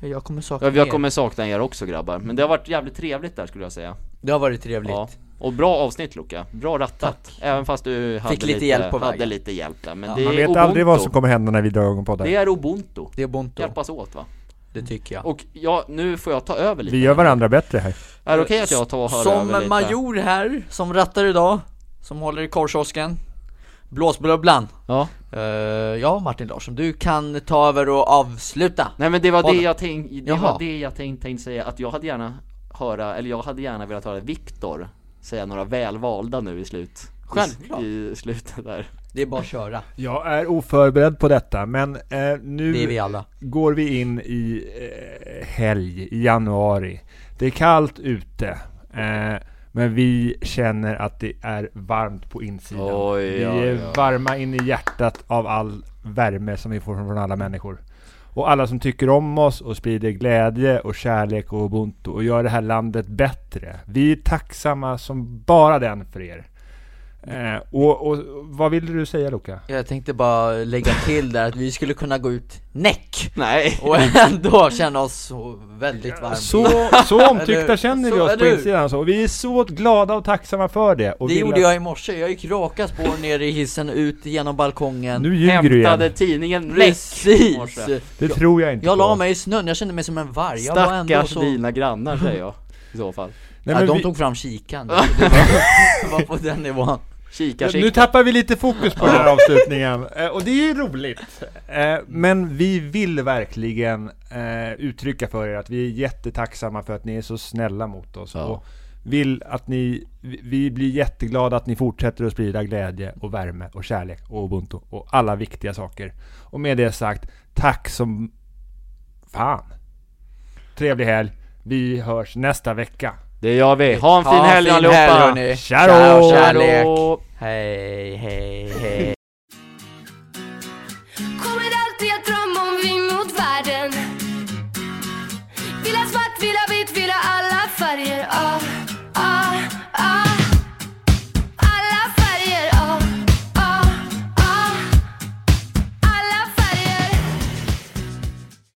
S1: jag kommer sakna
S2: Ja, jag
S1: er.
S2: kommer sakna er också grabbar, men det har varit jävligt trevligt där skulle jag säga.
S1: Det har varit trevligt.
S2: Ja. Och bra avsnitt Luca, bra rattat. Även fast du hade
S1: lite hjälp på
S2: hade
S1: vägen.
S2: lite hjälp där. Men
S1: Ja,
S2: det
S3: Man
S2: är
S3: vet
S2: ubuntu.
S3: aldrig vad som kommer hända när vi drar igång podden.
S2: Det är ubuntu.
S1: Det är Bonto,
S2: Hjälpas åt va?
S1: det tycker jag.
S2: Och ja, nu får jag ta över lite.
S3: Vi gör varandra bättre här.
S2: Är det okej att jag tar och hör över
S1: Som
S2: lite?
S1: major här, som rattar idag, som håller i korvkiosken. Blåsbubblan.
S2: Ja.
S1: Eh, ja Martin Larsson, du kan ta över och avsluta.
S2: Nej men det var
S1: Vad
S2: det
S1: då?
S2: jag tänkte, det
S1: Jaha.
S2: var det jag tänkte, tänkte säga att jag hade gärna höra, eller jag hade gärna velat höra Viktor säga några välvalda nu i slut.
S1: Självklart.
S2: I, i slutet där.
S1: Det är bara att köra.
S3: Jag är oförberedd på detta, men eh, nu
S1: Det är vi alla.
S3: går vi in i eh, helg, i januari. Det är kallt ute, eh, men vi känner att det är varmt på insidan.
S2: Oj,
S3: vi
S2: oj,
S3: är
S2: oj.
S3: varma in i hjärtat av all värme som vi får från alla människor. Och alla som tycker om oss och sprider glädje och kärlek och ubuntu och gör det här landet bättre. Vi är tacksamma som bara den för er. Eh, och, och vad ville du säga Luca?
S1: Jag tänkte bara lägga till där att vi skulle kunna gå ut näck
S2: Nej.
S1: och ändå känna oss så väldigt varma.
S3: Så, så omtyckta
S1: Eller-
S3: känner vi
S1: så-
S3: oss på
S1: eller hur?
S3: insidan så, och vi är så glada och tacksamma för det. Och
S1: det
S3: vill
S1: gjorde
S3: att-
S1: jag i morse, jag gick raka spår ner i hissen ut genom balkongen.
S3: Nu ljuger du
S2: Hämtade
S3: igen.
S2: tidningen Räck. i
S1: Precis!
S2: morse.
S3: Det tror jag inte
S1: Jag
S3: på.
S1: la mig i snön, jag kände mig som en varg. Jag var ändå
S2: Stackars
S1: så...
S2: dina grannar säger jag. I så fall.
S3: Nej,
S1: ja,
S3: men
S1: de
S3: vi,
S1: tog fram kikan. Det var- det var på den nivån.
S2: Kika,
S3: nu
S2: kika.
S3: tappar vi lite fokus på den här avslutningen. Eh, Och det är ju roligt. Eh, Men vi vill verkligen eh, uttrycka för er att vi är jättetacksamma för att ni är så snälla mot oss.
S2: Ja.
S3: Och vill att ni, vi- vi blir jätteglada att ni fortsätter att sprida glädje och värme och kärlek och ubuntu och alla viktiga saker. Och med det sagt, tack som fan. Trevlig helg. Vi hörs nästa vecka.
S2: Det gör vi. Ha en fin
S1: Ja,
S2: helg
S1: fin
S2: allihopa.
S1: helg, hörni.
S3: Tja då!
S1: Tja och
S2: Tja
S1: kärlek.
S2: då.
S1: Hej, hej, hej.
S4: Ah, ah,